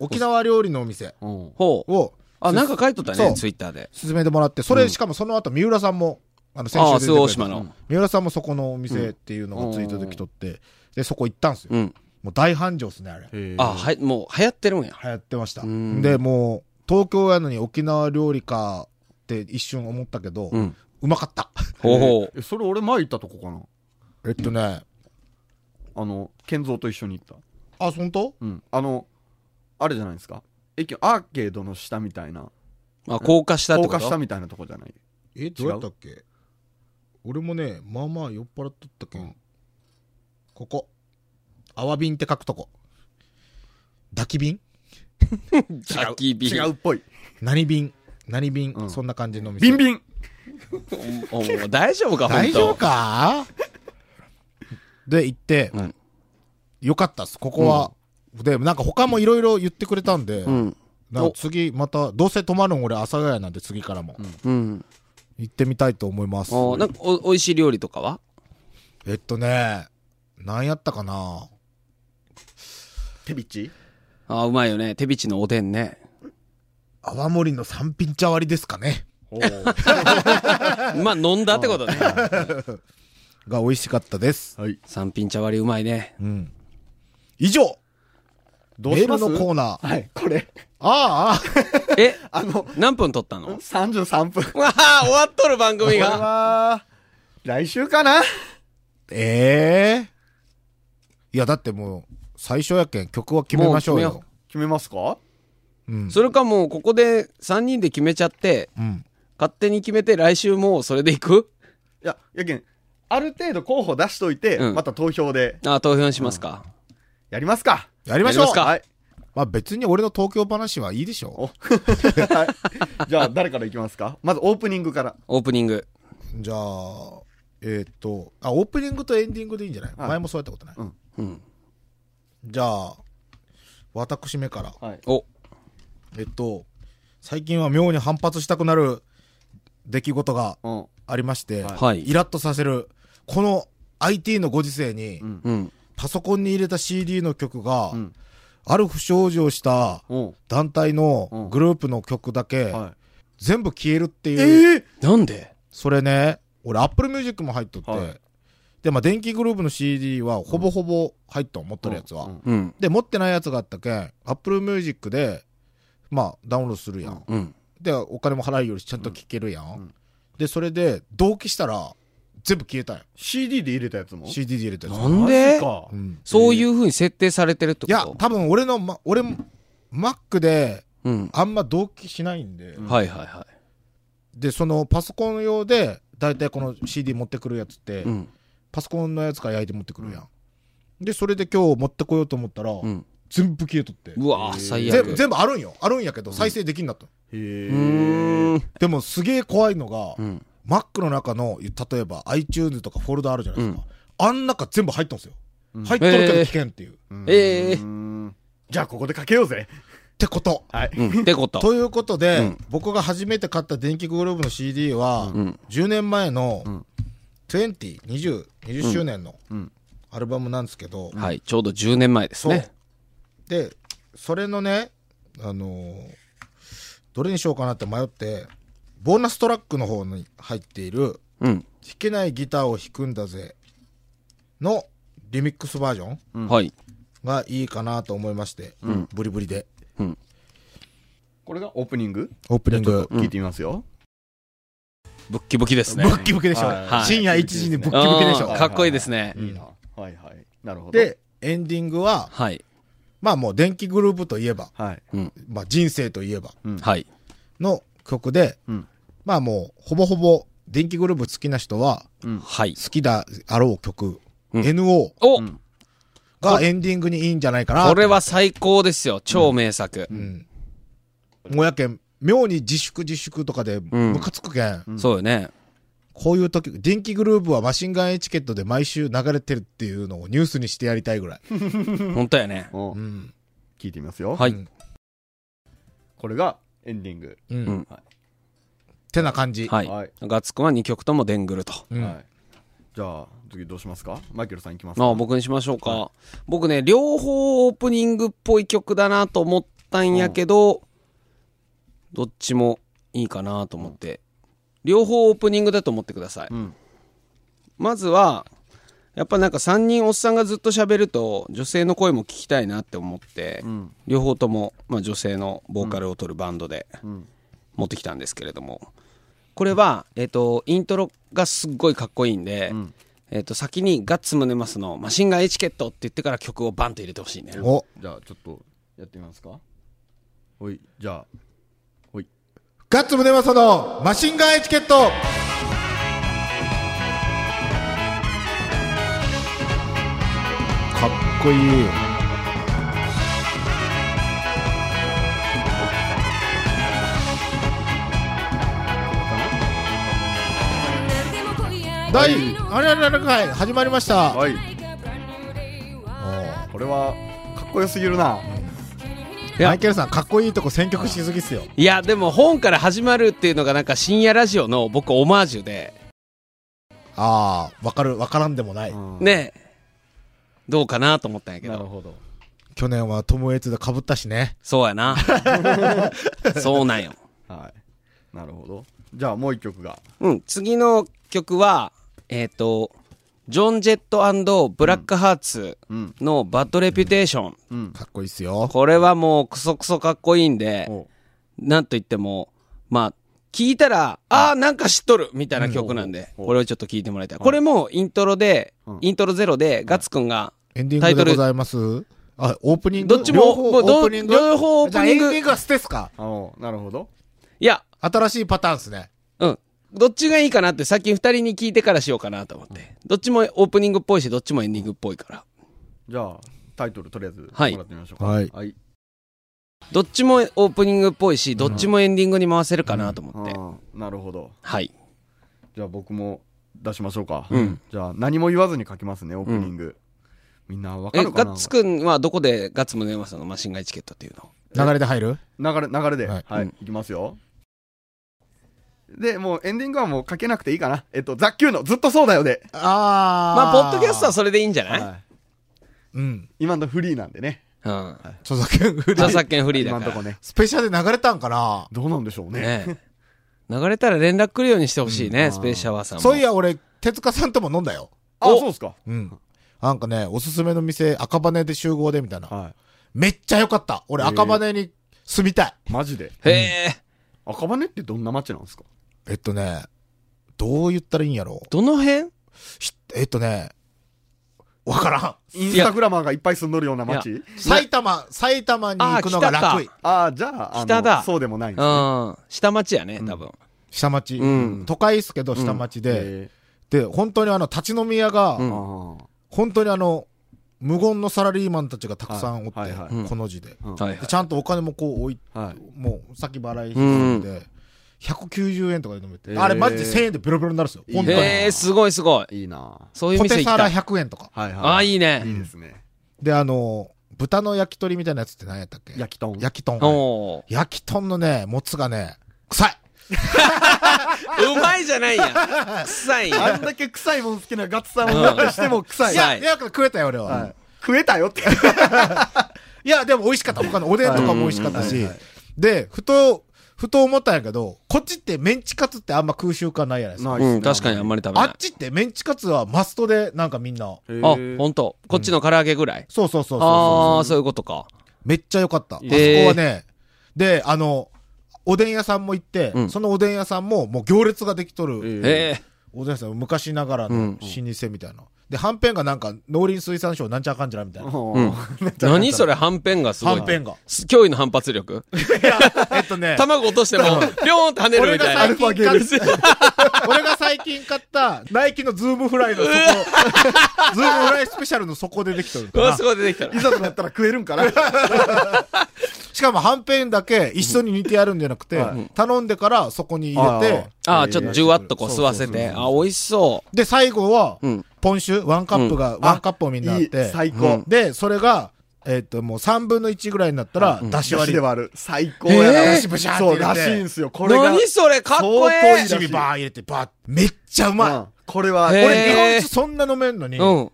Speaker 2: 沖縄料理のお店
Speaker 4: え。うん。
Speaker 3: ほう。
Speaker 2: を
Speaker 3: あ、なんか書いとった
Speaker 2: そ
Speaker 3: ね、
Speaker 2: う
Speaker 3: ツイッターで。
Speaker 2: 勧めてもらって、それ、しかもその後、三浦さんも、あの、先
Speaker 3: ああ、
Speaker 2: 週
Speaker 3: 周
Speaker 2: で
Speaker 3: 防
Speaker 2: 出て
Speaker 3: 大
Speaker 2: く
Speaker 3: 島
Speaker 2: れた
Speaker 3: の。
Speaker 2: 三浦さんもそこのお店っていうのがツイートで来とって、で、そこ行ったんですよ。
Speaker 3: うん。
Speaker 2: もう大繁盛っすね、あれ。
Speaker 4: へー
Speaker 3: あ、はい、もう流行ってるんや。
Speaker 2: 流行ってました。
Speaker 3: うん
Speaker 2: で、もう、東京やのに沖縄料理かって一瞬思ったけど、
Speaker 3: うん。
Speaker 2: うまかった。
Speaker 3: ほうほ
Speaker 4: えそれ俺前行ったとこかな
Speaker 2: えっとね、
Speaker 4: あの健三と一緒に行った
Speaker 2: あ、本当
Speaker 4: うんあのあれじゃないですか駅のアーケードの下みたいな
Speaker 3: う。あ、高架したって
Speaker 4: 高
Speaker 3: こ
Speaker 4: 架下
Speaker 3: と
Speaker 4: みたいなとこじゃない
Speaker 2: え、どうやったっけ俺もね、まあまあ酔っ払っとったけん。ここ。泡瓶って書くとこ。抱き瓶
Speaker 3: 焚き火。
Speaker 4: 違うっぽい
Speaker 2: 何瓶何瓶、
Speaker 4: うん
Speaker 2: そんな感じの店。
Speaker 4: ビンビン
Speaker 3: おもう大丈夫か、
Speaker 2: 大
Speaker 3: 本当
Speaker 2: 丈夫か で、行って、
Speaker 3: うん
Speaker 2: よかったっす、ここは。で、なんか他もいろいろ言ってくれたんで、
Speaker 3: うん。
Speaker 2: なんか次また、どうせ泊まるん俺、阿佐ヶ谷なんで次からも、
Speaker 3: うん。
Speaker 2: 行ってみたいと思います。
Speaker 3: おなんか、お、美味しい料理とかは
Speaker 2: えっとね、何やったかな
Speaker 4: 手びち
Speaker 3: あーうまいよね。手びちのおでんね。
Speaker 2: 泡盛の三品茶割りですかね。
Speaker 3: まあ、飲んだってことね。
Speaker 2: が美味しかったです。
Speaker 4: はい
Speaker 3: 三品茶割りうまいね。
Speaker 2: うん。以上
Speaker 4: どう
Speaker 2: メ
Speaker 4: し
Speaker 2: ー
Speaker 4: ま
Speaker 2: ル
Speaker 4: す
Speaker 2: のコーナー。あ
Speaker 4: はいこれ
Speaker 2: あ、あ
Speaker 3: え、
Speaker 4: あの
Speaker 3: 何分撮ったの
Speaker 4: 33分こ
Speaker 3: わあ、終わっとる番組
Speaker 4: れ
Speaker 3: が。
Speaker 4: は来週かな
Speaker 2: あ ええいや、だってもう、最初やけん曲は決めましょう
Speaker 3: もう
Speaker 2: よ。
Speaker 4: 決めますか
Speaker 2: うん。
Speaker 3: それかもう、ここで3人で決めちゃって、
Speaker 2: うん。
Speaker 3: 勝手に決めて来週もうそれでいく
Speaker 4: いややけんある程度候補出しといて、
Speaker 3: うん
Speaker 4: また投票で
Speaker 3: あー投票しますか。
Speaker 4: やりますか
Speaker 2: やりましょう
Speaker 3: やりますか
Speaker 4: はい
Speaker 2: まあ別に俺の東京話はいいでしょ
Speaker 4: おはいじゃあ誰からいきますかまずオープニングから
Speaker 3: オープニング。
Speaker 2: じゃあ、えーっと、あ、オープニングとエンディングでいいんじゃない
Speaker 4: はい
Speaker 2: 前もそうやったことない。
Speaker 4: うん
Speaker 3: うん。
Speaker 2: じゃあ、私目から。
Speaker 4: はい
Speaker 3: お、
Speaker 2: えっと、最近は妙に反発したくなる出来事が
Speaker 4: うん
Speaker 2: ありまして、
Speaker 3: はい
Speaker 2: イラッとさせる、この IT のご時世に、
Speaker 4: うん
Speaker 3: うん。
Speaker 2: パソコンに入れた CD の曲が、
Speaker 4: うん
Speaker 2: ある不祥事をした
Speaker 4: うん
Speaker 2: 団体のグループの曲だけ、
Speaker 4: は
Speaker 2: 全部消えるって
Speaker 4: い
Speaker 2: いう、
Speaker 4: え
Speaker 3: なんで
Speaker 2: それね、俺 Apple Music も入っとって、
Speaker 4: はい
Speaker 2: で、まあ電気グループの CD はほぼほぼ入ったん、持っとるやつは。
Speaker 4: うん
Speaker 3: うん。
Speaker 2: で、持ってないやつがあったけん、Apple Music で、まあダウンロードするやん。
Speaker 4: うん
Speaker 3: うん。
Speaker 2: で、お金も払うよりちゃんと聴けるやん。
Speaker 4: んうん
Speaker 2: で、それで、同期したら、全部消えたんよ。
Speaker 4: CD で入れたやつも
Speaker 2: CD で入れたやつ。
Speaker 3: なんで
Speaker 4: マジか
Speaker 2: うん
Speaker 3: そういう風に設定されてるっ
Speaker 2: い
Speaker 3: てこと
Speaker 2: や、多分俺の、ま、俺、Mac で、
Speaker 3: うん。
Speaker 2: あんま同期しないんで、
Speaker 3: はいはいは
Speaker 2: で、そのパソコン用で、だいたいこの CD 持ってくるやつって、
Speaker 3: い。うん。
Speaker 2: パソコンのやつから焼いて持ってくるやん。で、それで今日持ってこようと思ったら、
Speaker 3: うん。
Speaker 2: 全部消えとって。
Speaker 3: うわー最
Speaker 2: 全部、
Speaker 3: 悪。
Speaker 2: 全部あるんよ。あるんやけど、再生できんなと。
Speaker 4: へ
Speaker 3: う
Speaker 4: え
Speaker 3: ーん。
Speaker 2: でも、すげえ怖いのが、
Speaker 3: うん。
Speaker 2: Mac の中の、例えば iTunes とかフォルダあるじゃないですか。あん中全部入っとんすよ。
Speaker 4: うん
Speaker 2: 入っとるけ
Speaker 3: え
Speaker 2: ど
Speaker 3: ー
Speaker 2: 危険っていう。
Speaker 3: ええ
Speaker 4: じゃあここでかけようぜ
Speaker 2: ってこと。
Speaker 4: はい
Speaker 3: うん。ってこと。
Speaker 2: ということで、
Speaker 3: うん
Speaker 2: 僕が初めて買った電気グループの CD は、
Speaker 3: うん。
Speaker 2: 10年前
Speaker 4: う
Speaker 2: の
Speaker 4: ん
Speaker 2: 20、20、20周年の
Speaker 4: うん
Speaker 2: アルバムなんですけど、
Speaker 3: はい。ちょうど10年前です
Speaker 2: そう
Speaker 3: ね。。
Speaker 2: で、それのね、あのーどれにしようかなって迷って、ボーナストラックの方に入っている、
Speaker 3: うん。
Speaker 2: 弾けないギターを弾くんだぜ、のリミックスバージョン
Speaker 3: はい。
Speaker 2: がいいかなと思いまして、ブリブリで。
Speaker 4: これがオープニング
Speaker 2: オープニン
Speaker 4: ちょっ
Speaker 2: グ
Speaker 4: と。聞いてみますよ
Speaker 3: ブッキブキです
Speaker 2: ブ
Speaker 3: ね。
Speaker 2: ッキブキでしょ、
Speaker 4: はい
Speaker 2: 深夜1時にブッキブキでし
Speaker 3: う
Speaker 2: ょ
Speaker 3: んかっこいいですね。
Speaker 2: うん
Speaker 4: いいなはいはいなるほど
Speaker 2: で、エンディングは、
Speaker 3: はい。
Speaker 2: まあもう電気グループといえば、
Speaker 4: はい
Speaker 2: まあ人生といえば
Speaker 3: はい。
Speaker 2: の曲で、
Speaker 4: うん
Speaker 2: まあもうほぼほぼ電気グループ好きな人は
Speaker 3: はい。
Speaker 2: 好きだあろう曲、
Speaker 3: うん
Speaker 2: NO
Speaker 3: お
Speaker 4: うん
Speaker 2: がエンディングにいいんじゃないかな。
Speaker 3: これは最高ですよ。超名作
Speaker 2: う。ん。もやけん、妙に自粛自粛とかでムカつくけん、
Speaker 4: ん
Speaker 3: そうよね。
Speaker 2: こういう時、電気グループはマシンガンエチケットで毎週流れてるっていうのをニュースにしてやりたいぐらい。
Speaker 3: 本当やね。
Speaker 4: うん
Speaker 2: うん。
Speaker 4: 聞いてみますよ
Speaker 3: はい。
Speaker 2: うん
Speaker 4: これがエンディング
Speaker 2: うん。
Speaker 3: うん
Speaker 2: ってな感じ。
Speaker 3: はい。
Speaker 4: はい
Speaker 3: ガッツくんは2曲ともデングルと。
Speaker 2: うん
Speaker 4: はいじゃあ次どうしますかマイケルさんいきますか
Speaker 3: まあ僕にしましょうか。
Speaker 4: は
Speaker 3: 僕ね、両方オープニングっぽい曲だなと思ったんやけど、どっちもいいかなと思って。両方オープニングだと思ってください。
Speaker 4: うん
Speaker 3: まずは、やっぱなんか3人おっさんがずっと喋ると女性の声も聞きたいなって思って、
Speaker 4: うん
Speaker 3: 両方とも、まあ、女性のボーカルを取るバンドで
Speaker 4: うん
Speaker 3: 持ってきたんですけれども、これは、えっ、と、イントロがすっごいかっこいいんで、
Speaker 4: ん
Speaker 3: えっ、と、先にガッツムネマスのマシンガンエチケットって言ってから曲をバンと入れてほしいね。
Speaker 2: お、
Speaker 4: じゃあちょっとやってみますかほいじゃあ
Speaker 2: ガッツムネマソのマシンガンエチケットかっこいい。第、あれあれあれかい、始まりました。
Speaker 4: はい
Speaker 2: も
Speaker 4: これはかっこよすぎるな
Speaker 2: う
Speaker 3: いや
Speaker 2: マイケルさん、かっこいいとこ選曲しすぎっすよ。
Speaker 3: いや、でも本から始まるっていうのがなんか深夜ラジオの僕オマージュで、
Speaker 2: ああ、わかる、わからんでもない。
Speaker 3: ねえどうかなと思ったんやけど。
Speaker 4: ほど
Speaker 2: 去年はトム・エイツでかぶったしね。
Speaker 3: そうや な。そうなんよ。
Speaker 4: はいなるほどじゃあもう一曲が
Speaker 3: うん、次の曲は、えっ、と、ジョン・ジェットブラックハーツ
Speaker 4: うん
Speaker 3: のバッドレピュテーション。
Speaker 4: うん
Speaker 2: かっこいいっすよ。
Speaker 3: これはもうクソクソかっこいいんで、
Speaker 4: お
Speaker 3: なんと言っても、まあ、聞いたら、ああ、なんか知っとるみたいな曲なんで、
Speaker 4: うん
Speaker 3: これをちょっと聞いてもらいたい。これもイントロで
Speaker 4: うん、
Speaker 3: イントロゼロで、ガッツくんが、
Speaker 2: エンディングでございます。あ、オープニング
Speaker 3: どっちも
Speaker 2: 両方
Speaker 3: もう
Speaker 2: オ
Speaker 3: ど
Speaker 2: ープニング
Speaker 3: 両方オープニング
Speaker 2: じゃあエンディングは捨てっすか
Speaker 4: あおなるほど
Speaker 3: いや、
Speaker 2: 新しいパターンっすね。
Speaker 3: うん。どっちがいいかなって、さっき二人に聞いてからしようかなと思って。どっちもオープニングっぽいし、どっちもエンディングっぽいから。
Speaker 4: じゃあタイトルとりあえずも
Speaker 3: はい
Speaker 4: らってみましょうか
Speaker 2: はい
Speaker 4: はい
Speaker 3: どっちもオープニングっぽいし、どっちもエンディングに回せるかなと思って。
Speaker 4: うんなるほど
Speaker 3: はい。
Speaker 4: じゃあ僕も出しましょうか
Speaker 3: うん
Speaker 4: じゃあ何も言わずに書きますねオープニングみんなわか
Speaker 3: え、
Speaker 4: る
Speaker 3: ガ
Speaker 4: かな
Speaker 3: ッツくんはどこでガッツムネマさんのマシンガイチケットっていうの
Speaker 2: 流れで入る
Speaker 4: 流れ流れで
Speaker 2: は
Speaker 4: はいい、
Speaker 3: うん
Speaker 4: いきますよでもうエンディングはもうかけなくていいかなえっと雑球のずっとそうだよで、
Speaker 2: あ
Speaker 3: まあ、ポッドキャストはそれでいいんじゃない、
Speaker 4: はい
Speaker 2: うん。
Speaker 4: 今のフリーなんでね
Speaker 3: うん。
Speaker 2: 著作権フリ
Speaker 3: 著
Speaker 2: ー。
Speaker 3: 作権フリーだ
Speaker 4: 今
Speaker 3: か
Speaker 4: の
Speaker 3: ら。
Speaker 4: とこね
Speaker 2: スペシャルで流れたんかな
Speaker 4: どうなんでしょうね
Speaker 3: ねえ流れたら連絡来るようにしてほしいね、
Speaker 4: うん
Speaker 3: スペースシャワーさんも。
Speaker 2: そういや、俺、手塚さんとも飲んだよ。
Speaker 4: あ
Speaker 3: お
Speaker 4: そうっすか
Speaker 2: うん。なんかね、おすすめの店、赤羽で集合でみたいな。
Speaker 4: は
Speaker 2: めっちゃ良かった。俺、
Speaker 4: へー
Speaker 2: 赤羽に住みたい。
Speaker 4: いマジで
Speaker 3: へえ、
Speaker 4: 赤羽ってどんな街なんですか
Speaker 2: えっとね、どう言ったらいいんやろう。
Speaker 3: どの辺
Speaker 2: ひえっとね、わからん。
Speaker 4: インスタグラマーがいっぱい住んどるような街
Speaker 2: 埼玉、埼玉に行くのが楽い。
Speaker 4: ああじゃああの
Speaker 3: 北だ
Speaker 4: そうでもないんですね
Speaker 3: うん。下町やね、多分。
Speaker 2: 下町。
Speaker 3: うん
Speaker 2: 都会っすけど、下町で。
Speaker 4: え
Speaker 2: で、本当にあの、立ち飲み屋が、
Speaker 3: うん
Speaker 4: ーあ
Speaker 2: 本当にあの、無言のサラリーマンたちがたくさんおって、
Speaker 4: はいはい
Speaker 3: はい
Speaker 2: この字で。
Speaker 4: ーうん
Speaker 3: はい
Speaker 2: でちゃんとお金もこう置い
Speaker 4: はい
Speaker 2: もう先払いしてるんで、190円とかで飲めて、
Speaker 4: えー
Speaker 2: あれマジで1000円でベロベロになるんですよ本当に、
Speaker 4: いいね
Speaker 3: へえ、すごいすごい。
Speaker 4: いいな
Speaker 3: そういう
Speaker 2: ポ
Speaker 3: 店
Speaker 2: テ
Speaker 3: 行
Speaker 2: サ
Speaker 3: っ
Speaker 2: ラ
Speaker 3: た。
Speaker 2: 100円とか
Speaker 4: はい
Speaker 3: ああ、いい
Speaker 4: いい
Speaker 3: ね。
Speaker 4: ですね
Speaker 2: であの豚の焼き鳥みたいなやつって何やったっけ
Speaker 4: 焼き豚
Speaker 2: 焼き豚
Speaker 3: おー
Speaker 2: 焼き豚のねもつがね臭いう
Speaker 3: まいじゃないやん。臭いん
Speaker 4: あ
Speaker 3: や
Speaker 4: んだけ臭いもん好きなガッツさんをだとしても臭い
Speaker 3: 臭い
Speaker 2: いや食えたよ俺は、
Speaker 4: はい
Speaker 2: い、
Speaker 4: 食えたよって
Speaker 2: やでも美味しかった他のおでんとかも美味しかったし、でふとふと思ったんやけどこっちってメンチカツってあんま空習慣ないじゃないですか、
Speaker 3: うん、確かにあんま
Speaker 4: り。
Speaker 3: り食べ
Speaker 2: あ
Speaker 3: ない
Speaker 2: っ。ちってメンチカツはマストでなんかみんな
Speaker 4: へ
Speaker 3: あ、
Speaker 4: ー
Speaker 3: ほんと。こっちの唐揚げぐらい。
Speaker 2: そうそうそうそう
Speaker 3: ああ、そういうことか。
Speaker 2: めっちゃ良かった。あそこは
Speaker 3: えー
Speaker 2: ね、で、あの、おでん屋さんも行って、
Speaker 3: うん
Speaker 2: そのおでん屋さんももう行列ができとる、
Speaker 4: え
Speaker 3: へえ。
Speaker 2: おでん屋さん、昔ながら
Speaker 3: う
Speaker 2: の老
Speaker 3: ん
Speaker 2: 舗みたいな。で、はんぺんがなんか、農林水産省なんちゃらかんちゃらみたい
Speaker 4: ー
Speaker 2: な。
Speaker 3: うん。 何それ、はんぺんがすごい。
Speaker 2: はんぺんが。
Speaker 3: す。脅威の反発力。
Speaker 2: えっとね、
Speaker 3: 卵落としても、ぴょーんって跳ねる
Speaker 2: 俺
Speaker 3: み
Speaker 2: が
Speaker 3: たいな。
Speaker 2: 最近買っ
Speaker 3: ル
Speaker 2: た、俺が最近買った、ナイキのズームフラ イのそこ、ズームフライスペシャルのそこでできとるん
Speaker 3: う
Speaker 2: だ
Speaker 3: わ、
Speaker 2: な
Speaker 3: す。ごい出てきた
Speaker 4: い
Speaker 3: な。
Speaker 4: ざとなったら食えるんかな。
Speaker 2: しかもはんぺんだけ一緒に煮てやるんじゃなくて、
Speaker 4: はい
Speaker 2: 頼んでからそこに入れて、
Speaker 3: ああ、ちょっとじゅわっとこう吸わせて。あ、美味しそ
Speaker 2: で、最後は
Speaker 3: う。う、ん。
Speaker 2: ポンシュ、ワンカップが、
Speaker 4: ん
Speaker 2: ワンカップをみんなあっ
Speaker 4: いい
Speaker 2: て、
Speaker 4: 最
Speaker 3: うん
Speaker 4: 高。
Speaker 2: で、それが、えっ、と、もう3分の1ぐらいになったら、出
Speaker 4: 出
Speaker 2: し
Speaker 4: し
Speaker 2: 割
Speaker 4: 割りで
Speaker 2: り。
Speaker 4: 割る。最高やな。
Speaker 3: えー
Speaker 4: ブシブシャーって入れてそう、らしいんすよ。これが。
Speaker 3: 何それ、かっこえ
Speaker 4: 相
Speaker 3: え。
Speaker 4: 当
Speaker 2: 一味バー入れて、バー。めっちゃうまい。
Speaker 4: うんこれは、
Speaker 3: へー
Speaker 4: 俺、
Speaker 2: 俺、日本酒そんな飲めんのに、
Speaker 3: う。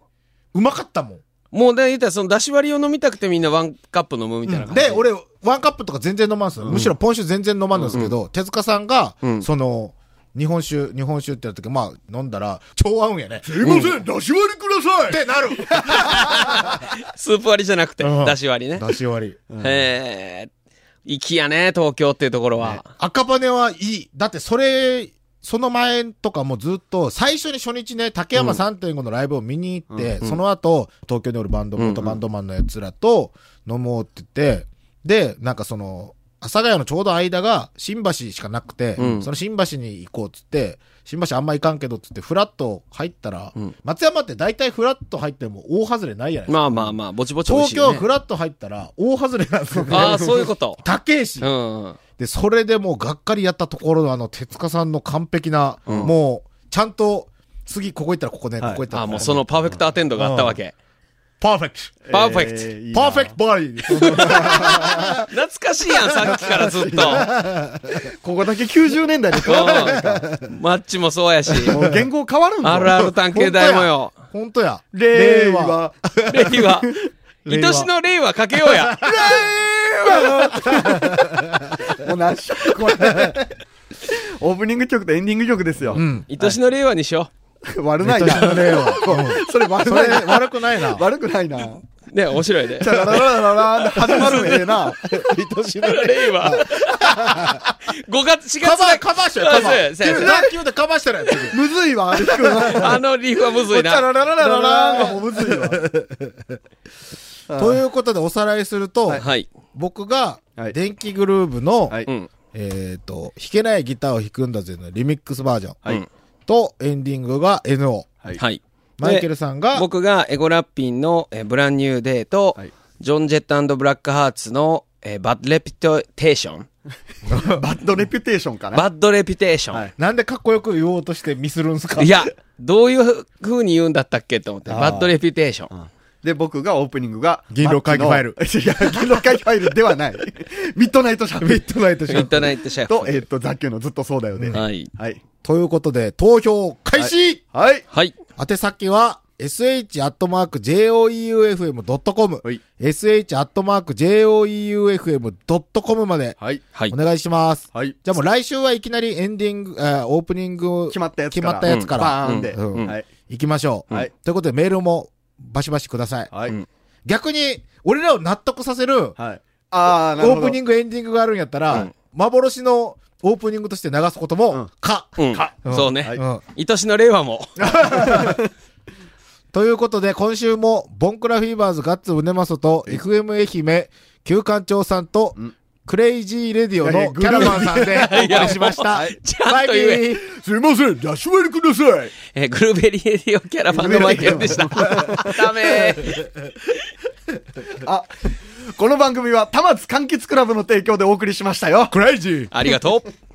Speaker 2: うんまかったもん。
Speaker 3: もうね、言ったらその出汁割りを飲みたくてみんなワンカップ飲むみたいな感じ。
Speaker 2: で、俺、ワンカップとか全然飲まんすよ。むしろポンシュ全然飲まんのですけど、手塚さんが、
Speaker 3: うん
Speaker 2: その、日本酒、日本酒ってやった時、まあ、飲んだら、超合うんやね。
Speaker 4: すいません、出し割りくださ
Speaker 2: って なる
Speaker 3: スープ割りじゃなくて、
Speaker 2: うん
Speaker 3: 出汁割りね。
Speaker 2: 出し割り。
Speaker 3: へえ。粋やね、東京っていうところは。
Speaker 2: 赤羽はいい。だってそれその前とかもずっと、最初に初日ね、竹山3.5のライブを見に行って、
Speaker 3: うん
Speaker 2: その後、東京におるバンド、
Speaker 3: うんうん
Speaker 2: 元バンドマンの奴らと飲もうって言って、で、なんかその、阿佐ヶ谷のちょうど間が新橋しかなくて、
Speaker 3: うん
Speaker 2: その新橋に行こうっつって、新橋あんま行かんけどっつって、フラット入ったら、
Speaker 3: うん
Speaker 2: 松山って大体フラット入っても大外れないじゃないですか。
Speaker 3: まあまあまあ、ぼちぼち美味し
Speaker 2: 東
Speaker 3: いよ
Speaker 2: 京
Speaker 3: ね。
Speaker 2: フラット入ったら大外れなんですよね。
Speaker 3: あ あ、そういうこと。
Speaker 2: 高えし。
Speaker 3: うんうん。
Speaker 2: で、それでもうがっかりやったところのあの、手塚さんの完璧な、
Speaker 3: うん
Speaker 2: もう、ちゃんと、次ここ行ったらここね、
Speaker 4: はい
Speaker 2: ここ行った
Speaker 3: あ
Speaker 2: ら
Speaker 3: あ、
Speaker 2: ここね
Speaker 3: もうそのパーフェクトアテンドがあったわけ。
Speaker 2: パーフェクト。
Speaker 3: パーフェク
Speaker 4: ク
Speaker 2: パーフェクトボディ
Speaker 3: ト。懐かしいやん、さっきからずっと。
Speaker 4: トここだけ90年代で変わらないか
Speaker 3: うんマッチもそうやし。
Speaker 4: もう言語変わらんぞ
Speaker 3: あるある探検隊もよ。
Speaker 2: ほんとや。
Speaker 4: 令和
Speaker 3: 令和。
Speaker 2: 令和
Speaker 3: 愛しの令和かけようや。
Speaker 4: もう何しようこれオープニング曲とエンディング曲ですよ、
Speaker 2: うん。
Speaker 3: 愛しの令和にしよ
Speaker 4: 悪ない
Speaker 2: 愛し
Speaker 4: な
Speaker 2: の令和
Speaker 4: それ悪
Speaker 2: そ
Speaker 4: ない
Speaker 2: れ、
Speaker 4: な
Speaker 2: 悪くないな。
Speaker 4: 悪くないな
Speaker 3: う。ね、面白いね
Speaker 4: チ。ャラララララーンで始まるのええな
Speaker 2: 愛しの令和。
Speaker 3: 令和。5月、
Speaker 2: カ
Speaker 3: 4月
Speaker 2: バー、
Speaker 3: だ
Speaker 2: カバーしてる、カバー。
Speaker 3: そうやそうや
Speaker 2: 卓球でカバーしてるやつ。
Speaker 4: むずいわあれ弾くの
Speaker 3: あのリーフはむずい
Speaker 4: チ
Speaker 3: な。
Speaker 4: ャララララララーンがもうむずいわ
Speaker 2: ということで、おさらいすると、
Speaker 3: はい。
Speaker 2: 僕が
Speaker 4: は、い
Speaker 2: 電気グルーヴの、
Speaker 4: はい
Speaker 3: うん。
Speaker 2: えっと、弾けないギターを弾くんだぜのリミックスバージョン。
Speaker 3: はい
Speaker 2: と、エンディングが NO。
Speaker 4: はい
Speaker 3: はい。
Speaker 2: マイケルさんが、
Speaker 3: 僕がエゴラッピンの、えーブランニューデーと、
Speaker 4: はい
Speaker 3: ジョン・ジェットブラックハーツの、えーバッド・レピテーション。
Speaker 4: バッドレピュテーションかな
Speaker 3: バッド・レピテーション。
Speaker 4: はい
Speaker 2: なんでかっこよく言おうとしてミスるんすか
Speaker 3: い、や、どういう風に言うんだったっけと思って、バッド・レピテーション。
Speaker 4: で僕がオープニングが
Speaker 2: 銀狼会議ファイル
Speaker 4: マッチの いや銀狼会議ファイルではない ミッドナイトシャー
Speaker 2: ミ
Speaker 4: プ
Speaker 2: ッドナイトシ
Speaker 3: ミ
Speaker 2: ャ
Speaker 3: ッ
Speaker 2: ッフ
Speaker 3: ド
Speaker 2: ル
Speaker 3: ナイト・シャッフ
Speaker 4: と
Speaker 3: ル。
Speaker 4: えっとザキューのずっとそうだよね
Speaker 3: はい。
Speaker 4: はい
Speaker 2: ということで、投票開始、
Speaker 4: はい
Speaker 3: はい。
Speaker 2: 宛先は、sh.joeufm.com
Speaker 4: はい。
Speaker 2: sh.joeufm.com まで、
Speaker 4: はい
Speaker 3: はい
Speaker 2: お。願いします。
Speaker 4: はい
Speaker 2: じゃあもう来週はいきなりエンディング、えーオープニング、
Speaker 4: 決まったやつか
Speaker 2: 決
Speaker 4: ら
Speaker 2: まったやつから
Speaker 4: バーンで
Speaker 2: うん
Speaker 4: はい
Speaker 2: 行きましょう。
Speaker 4: はい
Speaker 2: ということで、メールもバシバシください。
Speaker 4: は
Speaker 3: う
Speaker 4: い
Speaker 3: ん
Speaker 2: 逆に、俺らを納得させる、
Speaker 4: はいああなる
Speaker 2: オ
Speaker 4: ほど
Speaker 2: ープニング、エンディングがあるんやったら、
Speaker 3: うん
Speaker 2: 幻のオープニングとして流すこと
Speaker 4: う
Speaker 2: も
Speaker 4: ん、
Speaker 2: か、
Speaker 3: う
Speaker 2: う
Speaker 3: ん
Speaker 2: ん
Speaker 3: そうね。
Speaker 4: は
Speaker 2: う
Speaker 4: い
Speaker 2: ん。
Speaker 3: 愛しの令和も。
Speaker 2: ということで、今週も、ボンクラフィーバーズガッツムネマソと、FM 愛媛、旧館長さんと
Speaker 4: うん、
Speaker 2: クレイジーレディオ
Speaker 4: いやい
Speaker 2: の
Speaker 4: や
Speaker 2: キャラバンさんでお送りしました。
Speaker 3: いやもうちゃんと言え
Speaker 2: バイビー
Speaker 4: すいませんラッシュメルください
Speaker 3: えーグルーベリーエディオキャラバンのマイケルでした。ダメー。
Speaker 4: あこの番組は、田松柑橘クラブの提供でお送りしましたよ。
Speaker 2: クレイジー
Speaker 3: ありがとう。